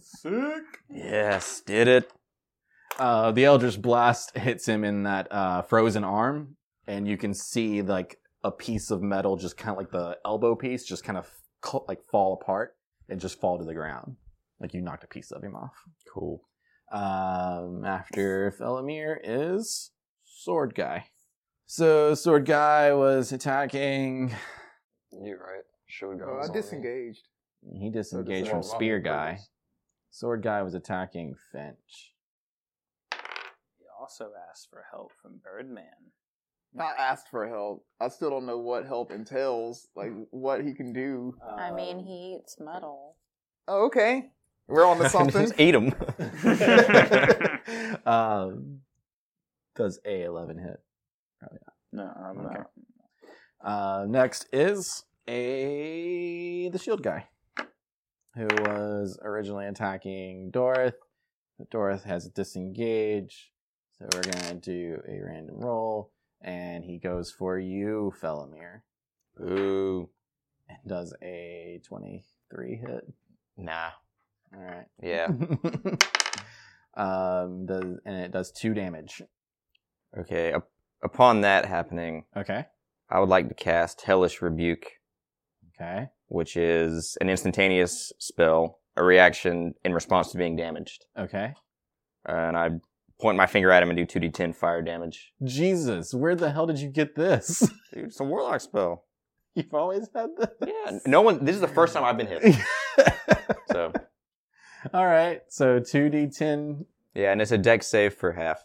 Speaker 2: Sick.
Speaker 7: Yes, did it. Uh, the Eldritch Blast hits him in that uh, frozen arm, and you can see like a piece of metal, just kind of like the elbow piece, just kind of cl- like fall apart and just fall to the ground. Like you knocked a piece of him off. Cool. Um, after Felomir is Sword Guy. So Sword Guy was attacking.
Speaker 3: You're right. Shield guy.
Speaker 2: Uh,
Speaker 3: was
Speaker 2: I
Speaker 3: on me.
Speaker 2: disengaged.
Speaker 7: He disengaged
Speaker 3: that-
Speaker 7: from
Speaker 3: Oh, wow.
Speaker 7: Spear Guy. Sword Guy was attacking Finch.
Speaker 10: He also asked for help from Birdman.
Speaker 2: Not asked for help. I still don't know what help entails. Like
Speaker 7: Mm.
Speaker 2: what he can do.
Speaker 9: I mean, he eats metal.
Speaker 2: Oh, okay. We're on to something.
Speaker 12: Just eat him.
Speaker 7: um, does a eleven hit? Probably
Speaker 10: not. No, I'm
Speaker 7: not. Uh, next is a the shield guy, who was originally attacking Doroth. But Doroth has disengaged, so we're gonna do a random roll, and he goes for you, Felomir.
Speaker 12: Ooh.
Speaker 7: And does a twenty-three hit?
Speaker 12: Nah.
Speaker 7: All right.
Speaker 12: Yeah.
Speaker 7: um. Does and it does two damage.
Speaker 12: Okay. Up, upon that happening,
Speaker 7: Okay.
Speaker 12: I would like to cast Hellish Rebuke,
Speaker 7: Okay.
Speaker 12: which is an instantaneous spell, a reaction in response to being damaged.
Speaker 7: Okay.
Speaker 12: and I point my finger at him and do 2d10 fire damage.
Speaker 7: Jesus, where the hell did you get this?
Speaker 12: Dude, it's a warlock spell.
Speaker 7: You've always had this.
Speaker 12: Yeah. No one. This is the first time I've been hit. so
Speaker 7: All right. So two d10
Speaker 12: yeah, and it's a deck save for half.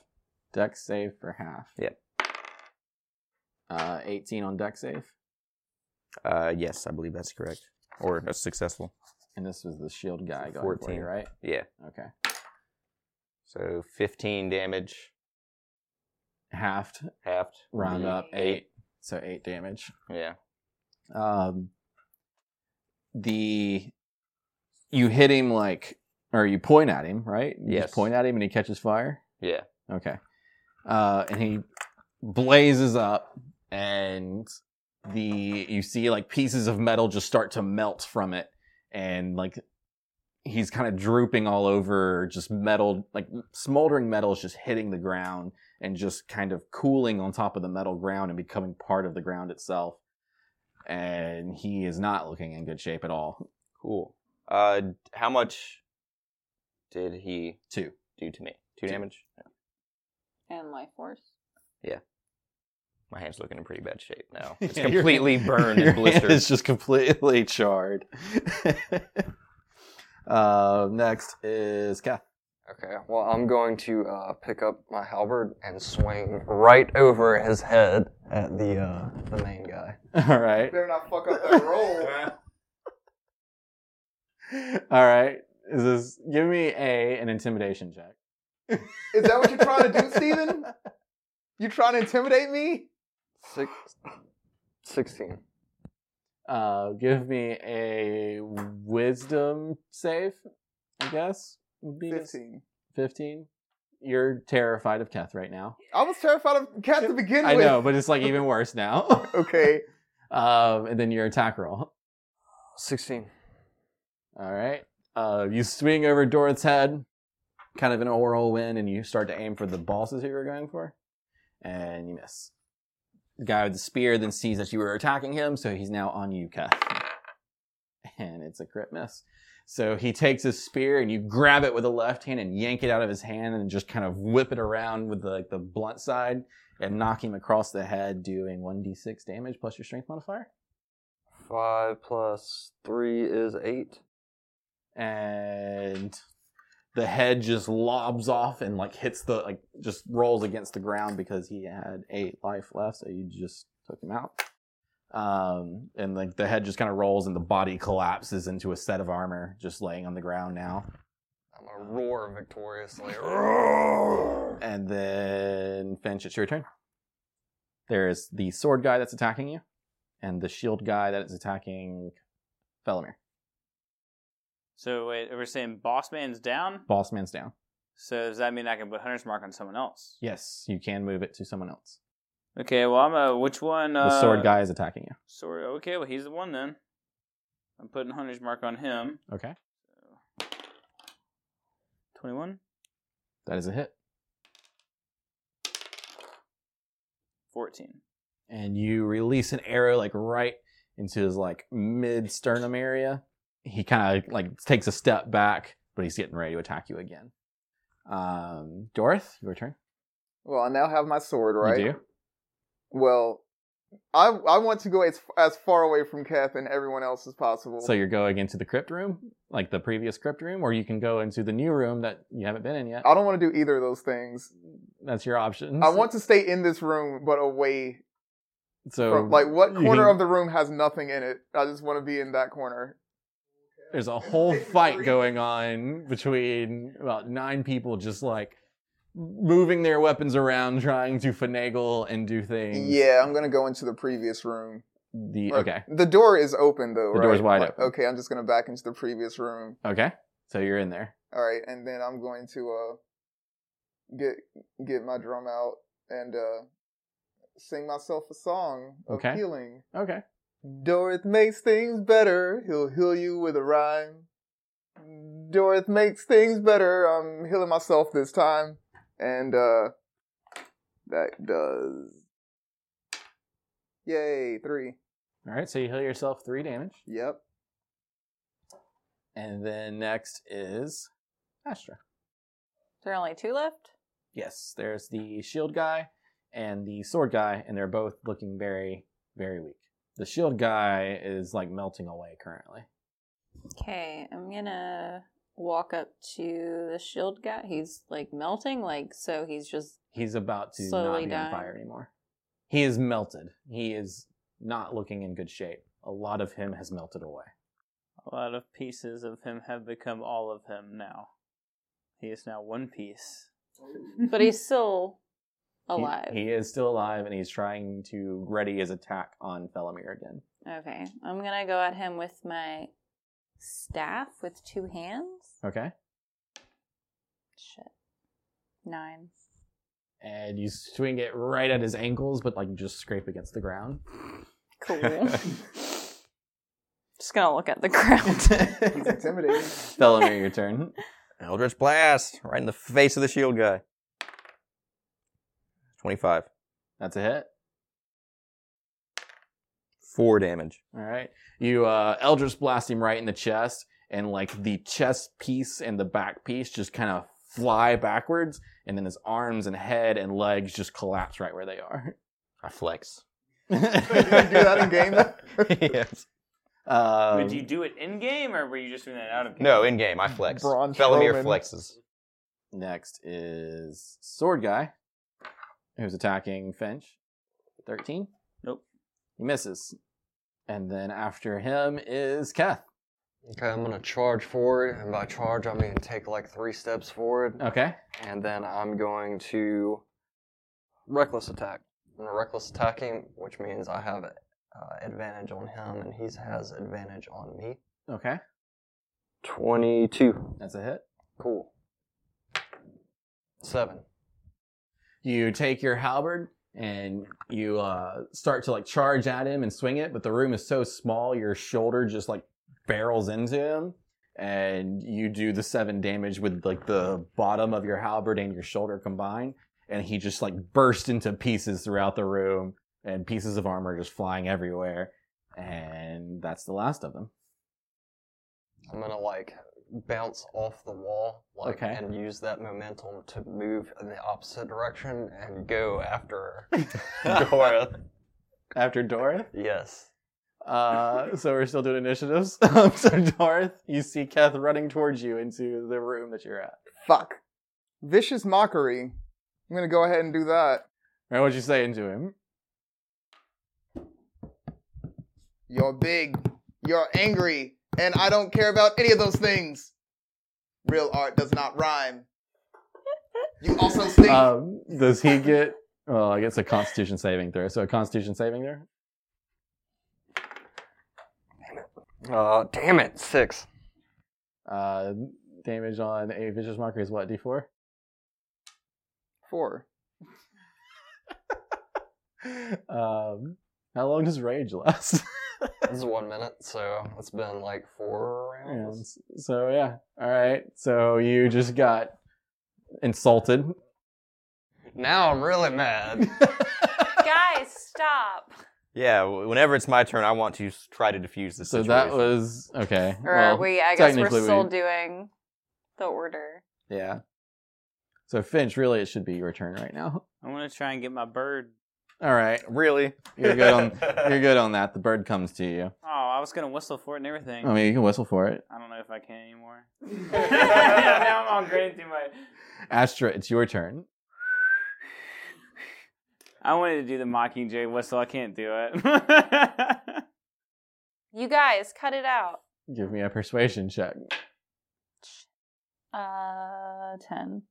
Speaker 7: deck save for half.
Speaker 12: Yep.
Speaker 7: Uh, 18 on deck save,
Speaker 12: Uh, yes, I believe that's correct, or that's successful.
Speaker 7: and this was the shield guy going for you, right?
Speaker 12: Yeah.
Speaker 7: Okay.
Speaker 12: So 15 damage.
Speaker 7: Halved.
Speaker 12: Halved.
Speaker 7: Round
Speaker 12: Mhm.
Speaker 7: up eight. So eight damage.
Speaker 12: Yeah.
Speaker 7: um the you hit him like or you point at him right you
Speaker 12: Yes.
Speaker 7: just point at him and he catches fire
Speaker 12: Yeah.
Speaker 7: okay uh and he blazes up and the you see like pieces of metal just start to melt from it and like he's kind of drooping all over just metal like smoldering metal is just hitting the ground and just kind of cooling on top of the metal ground and becoming part of the ground itself and he is not looking in good shape at all
Speaker 12: Cool. Uh, d- how much did he
Speaker 7: two
Speaker 12: do to me? Two, damage.
Speaker 9: And life force.
Speaker 12: Yeah. My hand's looking in pretty bad shape now. It's
Speaker 7: Yeah, your-
Speaker 12: completely burned
Speaker 7: your hand
Speaker 12: and blistered.
Speaker 7: is just completely charred uh, next is Kath.
Speaker 6: Okay, well, I'm going to uh, pick up my halberd and swing right over his head at the uh, the main guy.
Speaker 7: All right.
Speaker 2: Better not fuck up that roll.
Speaker 7: all right is this give me a an intimidation check
Speaker 2: Is that what you're trying to do, Steven? You trying to intimidate me?
Speaker 6: Six, 16.
Speaker 7: Uh, give me a wisdom save, I guess. would be this.
Speaker 2: 15.
Speaker 7: 15. You're terrified of Keth right now.
Speaker 2: I was terrified of cats to begin
Speaker 7: I
Speaker 2: with.
Speaker 7: know, but it's like even worse now.
Speaker 2: okay.
Speaker 7: Um, and then your attack roll.
Speaker 6: 16.
Speaker 7: All right. Uh, you swing over Dorot's head, kind of in a whirlwind, and you start to aim for the bosses who you were going for, and you miss. The guy with the spear then sees that you were attacking him, so he's now on you, Keth. And it's a crit miss. So he takes his spear and you grab it with the left hand and yank it out of his hand and just kind of whip it around with the, like, the blunt side and knock him across the head, doing 1d6 damage plus your strength modifier.
Speaker 6: 5 plus 3 is 8.
Speaker 7: and the head just lobs off and like hits the like just rolls against the ground because he had eight life left, so you just took him out. Um, and like the head just kind of rolls and the body collapses into a set of armor, just laying on the ground now.
Speaker 6: I'm going to roar victoriously.
Speaker 7: And then Finch, it's your turn. There is the sword guy that's attacking you, and the shield guy that is attacking Felomir.
Speaker 10: So wait, we're saying boss man's down.
Speaker 7: Boss man's down.
Speaker 10: So does that mean I can put hunter's mark on someone else?
Speaker 7: Yes, you can move it to someone else.
Speaker 10: Okay. Well, I'm a which one? Uh,
Speaker 7: the sword guy is attacking you.
Speaker 10: Sword. Okay. Well, he's the one then. I'm putting hunter's mark on him.
Speaker 7: Okay.
Speaker 10: Twenty-one.
Speaker 7: That is a hit.
Speaker 10: 14.
Speaker 7: And you release an arrow like right into his like mid sternum area. He kind of like takes a step back, but he's getting ready to attack you again. Um, Dorth, your turn.
Speaker 2: Well, I now have my sword, right?
Speaker 7: You do.
Speaker 2: Well, I I want to go as as far away from Kath and everyone else as possible.
Speaker 7: So you're going into the crypt room, like the previous crypt room, or you can go into the new room that you haven't been in yet.
Speaker 2: I don't want to do either of those things.
Speaker 7: That's your option.
Speaker 2: I want to stay in this room, but away
Speaker 7: so
Speaker 2: from like what
Speaker 7: Oh. you
Speaker 2: corner
Speaker 7: can-
Speaker 2: of the room has nothing in it. I just want to be in that corner.
Speaker 7: There's a whole fight going on between about nine people just like moving their weapons around, trying to finagle and do things.
Speaker 2: Yeah, I'm gonna go into the previous room.
Speaker 7: The
Speaker 2: Or-
Speaker 7: okay.
Speaker 2: The door is open though.
Speaker 7: The door's
Speaker 2: right?
Speaker 7: wide
Speaker 2: Like,
Speaker 7: open.
Speaker 2: Okay, I'm just gonna back into the previous room.
Speaker 7: Okay. So you're in there.
Speaker 2: All right, and then I'm going to uh get get my drum out and uh sing myself a song of
Speaker 7: Okay.
Speaker 2: healing.
Speaker 7: Okay.
Speaker 2: Dorith makes things better. He'll heal you with a rhyme. Dorith makes things better. I'm healing myself this time, and uh that does yay three.
Speaker 7: All right. So you heal yourself three damage.
Speaker 2: Yep.
Speaker 7: And then next is Astra.
Speaker 9: There are only two left.
Speaker 7: Yes. There's the shield guy and the sword guy, and they're both looking very, very weak. The shield guy is like melting away currently.
Speaker 9: Okay, I'm gonna walk up to the shield guy. He's like melting, like so he's just
Speaker 7: He's about to not
Speaker 9: Slowly
Speaker 7: be on
Speaker 9: dying.
Speaker 7: fire anymore. He is melted. He is not looking in good shape. A lot of him has melted away.
Speaker 10: A lot of pieces of him have become all of him now. He is now one piece.
Speaker 9: but he's still
Speaker 7: He-
Speaker 9: alive.
Speaker 7: He, is still alive, and he's trying to ready his attack on Felomir again.
Speaker 9: Okay. I'm gonna go at him with my staff with two hands.
Speaker 7: Okay.
Speaker 9: Shit. Nine.
Speaker 7: And you swing it right at his ankles, but like you just scrape against the ground.
Speaker 9: Cool. Just gonna look at the ground.
Speaker 2: He's intimidating.
Speaker 7: Felomir, your turn.
Speaker 12: Eldritch Blast, right in the face of the shield guy. 25.
Speaker 7: That's a hit.
Speaker 12: Four damage.
Speaker 7: All right. You uh, Eldritch blast him right in the chest, and like the chest piece and the back piece just kind of fly backwards, and then his arms and head and legs just collapse right where they are.
Speaker 12: I flex.
Speaker 2: do that in game though?
Speaker 12: yes.
Speaker 10: Wait,
Speaker 12: Um,
Speaker 10: do you do it in game or were you just doing that out of game?
Speaker 12: no, in game, I flex.
Speaker 2: Braun
Speaker 12: Felomir
Speaker 2: Strowman.
Speaker 12: flexes.
Speaker 7: Next is Sword Guy, who's attacking Finch. 13?
Speaker 10: Nope.
Speaker 7: He misses. And then after him is Keth.
Speaker 3: Okay, I'm gonna charge forward, and by charge I mean take like three steps forward,
Speaker 7: Okay.
Speaker 3: and then I'm going to reckless attack. I'm gonna reckless attack him, which means I have uh, advantage on him, and he has advantage on me.
Speaker 7: Okay.
Speaker 3: 22.
Speaker 7: That's a hit.
Speaker 3: Cool. Seven.
Speaker 7: You take your halberd and you uh, start to like charge at him and swing it, but the room is so small, your shoulder just like barrels into him, and you do the seven damage with like the bottom of your halberd and your shoulder combined, and he just like bursts into pieces throughout the room, and pieces of armor just flying everywhere, and that's the last of them.
Speaker 3: I'm gonna like bounce off the wall, like,
Speaker 7: Okay.
Speaker 3: and use that momentum to move in the opposite direction and go after Dora.
Speaker 7: After Doroth,
Speaker 3: Yes.
Speaker 7: Uh, so we're still doing initiatives. so Darth, you see Keth running towards you into the room that you're at.
Speaker 2: Fuck. Vicious mockery. I'm gonna go ahead and do that.
Speaker 7: And what'd you say into him?
Speaker 2: You're big. You're angry. And I don't care about any of those things. Real art does not rhyme. You also stink.
Speaker 7: Um, does he get? Well, I guess a Constitution saving throw. So a Constitution saving throw.
Speaker 3: Uh, damn it, six.
Speaker 7: Uh, damage on a vicious mockery is what D4.
Speaker 2: Four.
Speaker 7: Um, how long does rage last?
Speaker 3: This is one minute, so it's been like four rounds.
Speaker 7: rounds. So yeah. All right. So you just got insulted.
Speaker 3: Now I'm really mad.
Speaker 9: Guys, stop.
Speaker 12: Yeah, w- whenever it's my turn, I want to s- try to defuse this
Speaker 7: So
Speaker 12: situation.
Speaker 7: that was okay.
Speaker 9: Or
Speaker 7: well,
Speaker 9: are we, I guess we're
Speaker 7: technically we-
Speaker 9: still doing the order.
Speaker 7: Yeah. So Finch, really, it should be your turn right now.
Speaker 10: I'm gonna try and get my bird.
Speaker 7: All right,
Speaker 12: really,
Speaker 7: you're good on you're good on that. The bird comes to you.
Speaker 10: Oh, I was gonna whistle for it and everything.
Speaker 7: I mean, you can whistle for it.
Speaker 10: I don't know if I can anymore. now I'm all great through my.
Speaker 7: Astra, it's your turn.
Speaker 10: I wanted to do the Mockingjay whistle. I can't do it.
Speaker 9: You guys, cut it out.
Speaker 7: Give me a persuasion check.
Speaker 9: Uh, 10.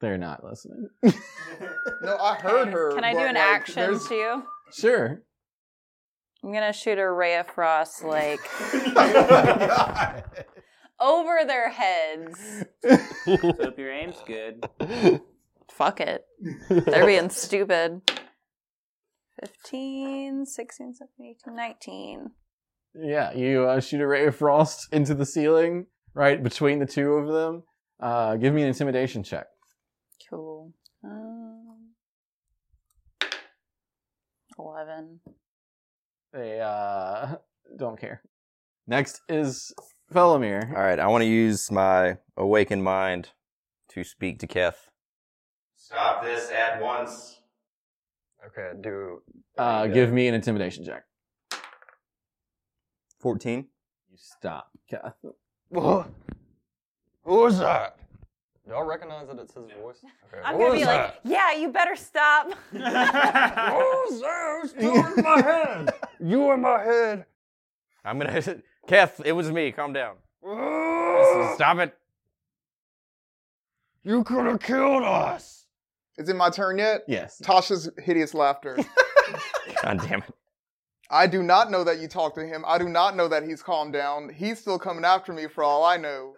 Speaker 7: They're not listening.
Speaker 2: No, I heard her.
Speaker 9: Can I do
Speaker 2: but,
Speaker 9: an
Speaker 2: like,
Speaker 9: action
Speaker 2: there's-
Speaker 9: too?
Speaker 7: Sure.
Speaker 9: I'm gonna shoot a ray of frost like over their heads.
Speaker 10: Hope your aim's good.
Speaker 9: Fuck it. They're being stupid. 15, 16, 17, 18, 19.
Speaker 7: Yeah, you uh, shoot a ray of frost into the ceiling, right between the two of them. Uh, give me an intimidation check.
Speaker 9: Cool. Um, 11.
Speaker 7: They uh, don't care. Next is Felomir.
Speaker 12: All right, I want to use my awakened mind to speak to Keth. Stop this at once.
Speaker 3: Okay, do
Speaker 7: Uh, Give me an intimidation check.
Speaker 12: 14.
Speaker 7: You stop, Keth.
Speaker 3: Whoa. Who's that? Do I recognize that it's his voice? Okay.
Speaker 9: I'm
Speaker 3: who
Speaker 9: gonna
Speaker 3: is
Speaker 9: be like,
Speaker 3: that?
Speaker 9: yeah, you better stop.
Speaker 3: Who's that? It's still in my head. You in my head.
Speaker 12: I'm gonna. Keth, it was me. Calm down. Stop it.
Speaker 3: You could have killed us.
Speaker 2: Is it my turn yet?
Speaker 7: Yes.
Speaker 2: Tasha's hideous laughter.
Speaker 12: God damn it.
Speaker 2: I do not know that you talked to him. I do not know that he's calmed down. He's still coming after me for all I know.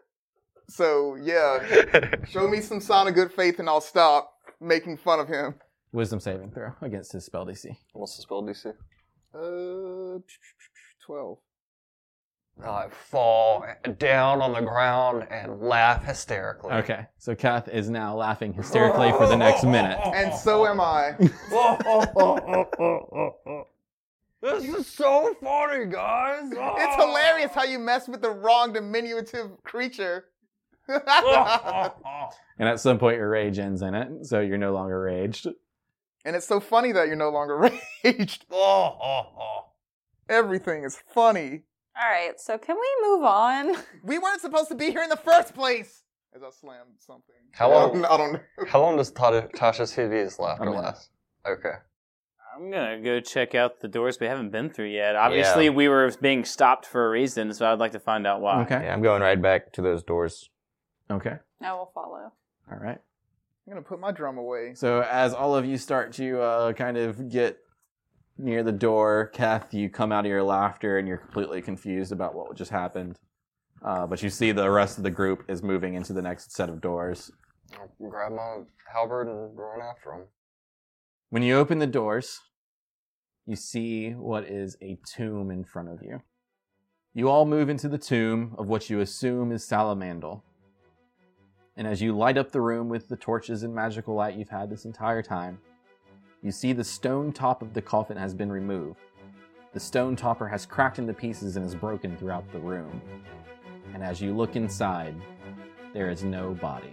Speaker 2: So, yeah. Show me some sign of good faith and I'll stop making fun of him.
Speaker 7: Wisdom saving throw against his spell DC.
Speaker 3: What's the spell DC?
Speaker 2: Uh, twelve.
Speaker 3: I fall down on the ground and laugh hysterically.
Speaker 7: Okay, so Kath is now laughing hysterically for the next minute.
Speaker 2: And so am I.
Speaker 3: This is so funny, guys.
Speaker 2: It's hilarious how you mess with the wrong diminutive creature.
Speaker 7: And at some point, your rage ends in it, so you're no longer raged.
Speaker 2: And it's so funny that you're no longer raged. Everything is funny.
Speaker 9: All right, so can we move on?
Speaker 2: We weren't supposed to be here in the first place. As I slam something.
Speaker 3: How long?
Speaker 2: I don't know.
Speaker 3: How long does Tasha, Tasha's hideous laughter last? Okay.
Speaker 10: I'm gonna go check out the doors we haven't been through yet. Obviously, we were being stopped for a reason, so I'd like to find out why.
Speaker 15: Yeah, I'm going right back to those doors.
Speaker 7: Okay.
Speaker 9: I will follow.
Speaker 7: All right.
Speaker 2: I'm gonna put my drum away.
Speaker 7: So as all of you start to uh, kind of get near the door, Kath, you come out of your laughter and you're completely confused about what just happened. Uh, but you see the rest of the group is moving into the next set of doors.
Speaker 3: I'll grab my halberd and run after him.
Speaker 7: When you open the doors, you see what is a tomb in front of you. You all move into the tomb of what you assume is Salamandal. And as you light up the room with the torches and magical light you've had this entire time, you see the stone top of the coffin has been removed. The stone topper has cracked into pieces and is broken throughout the room. And as you look inside, there is no body.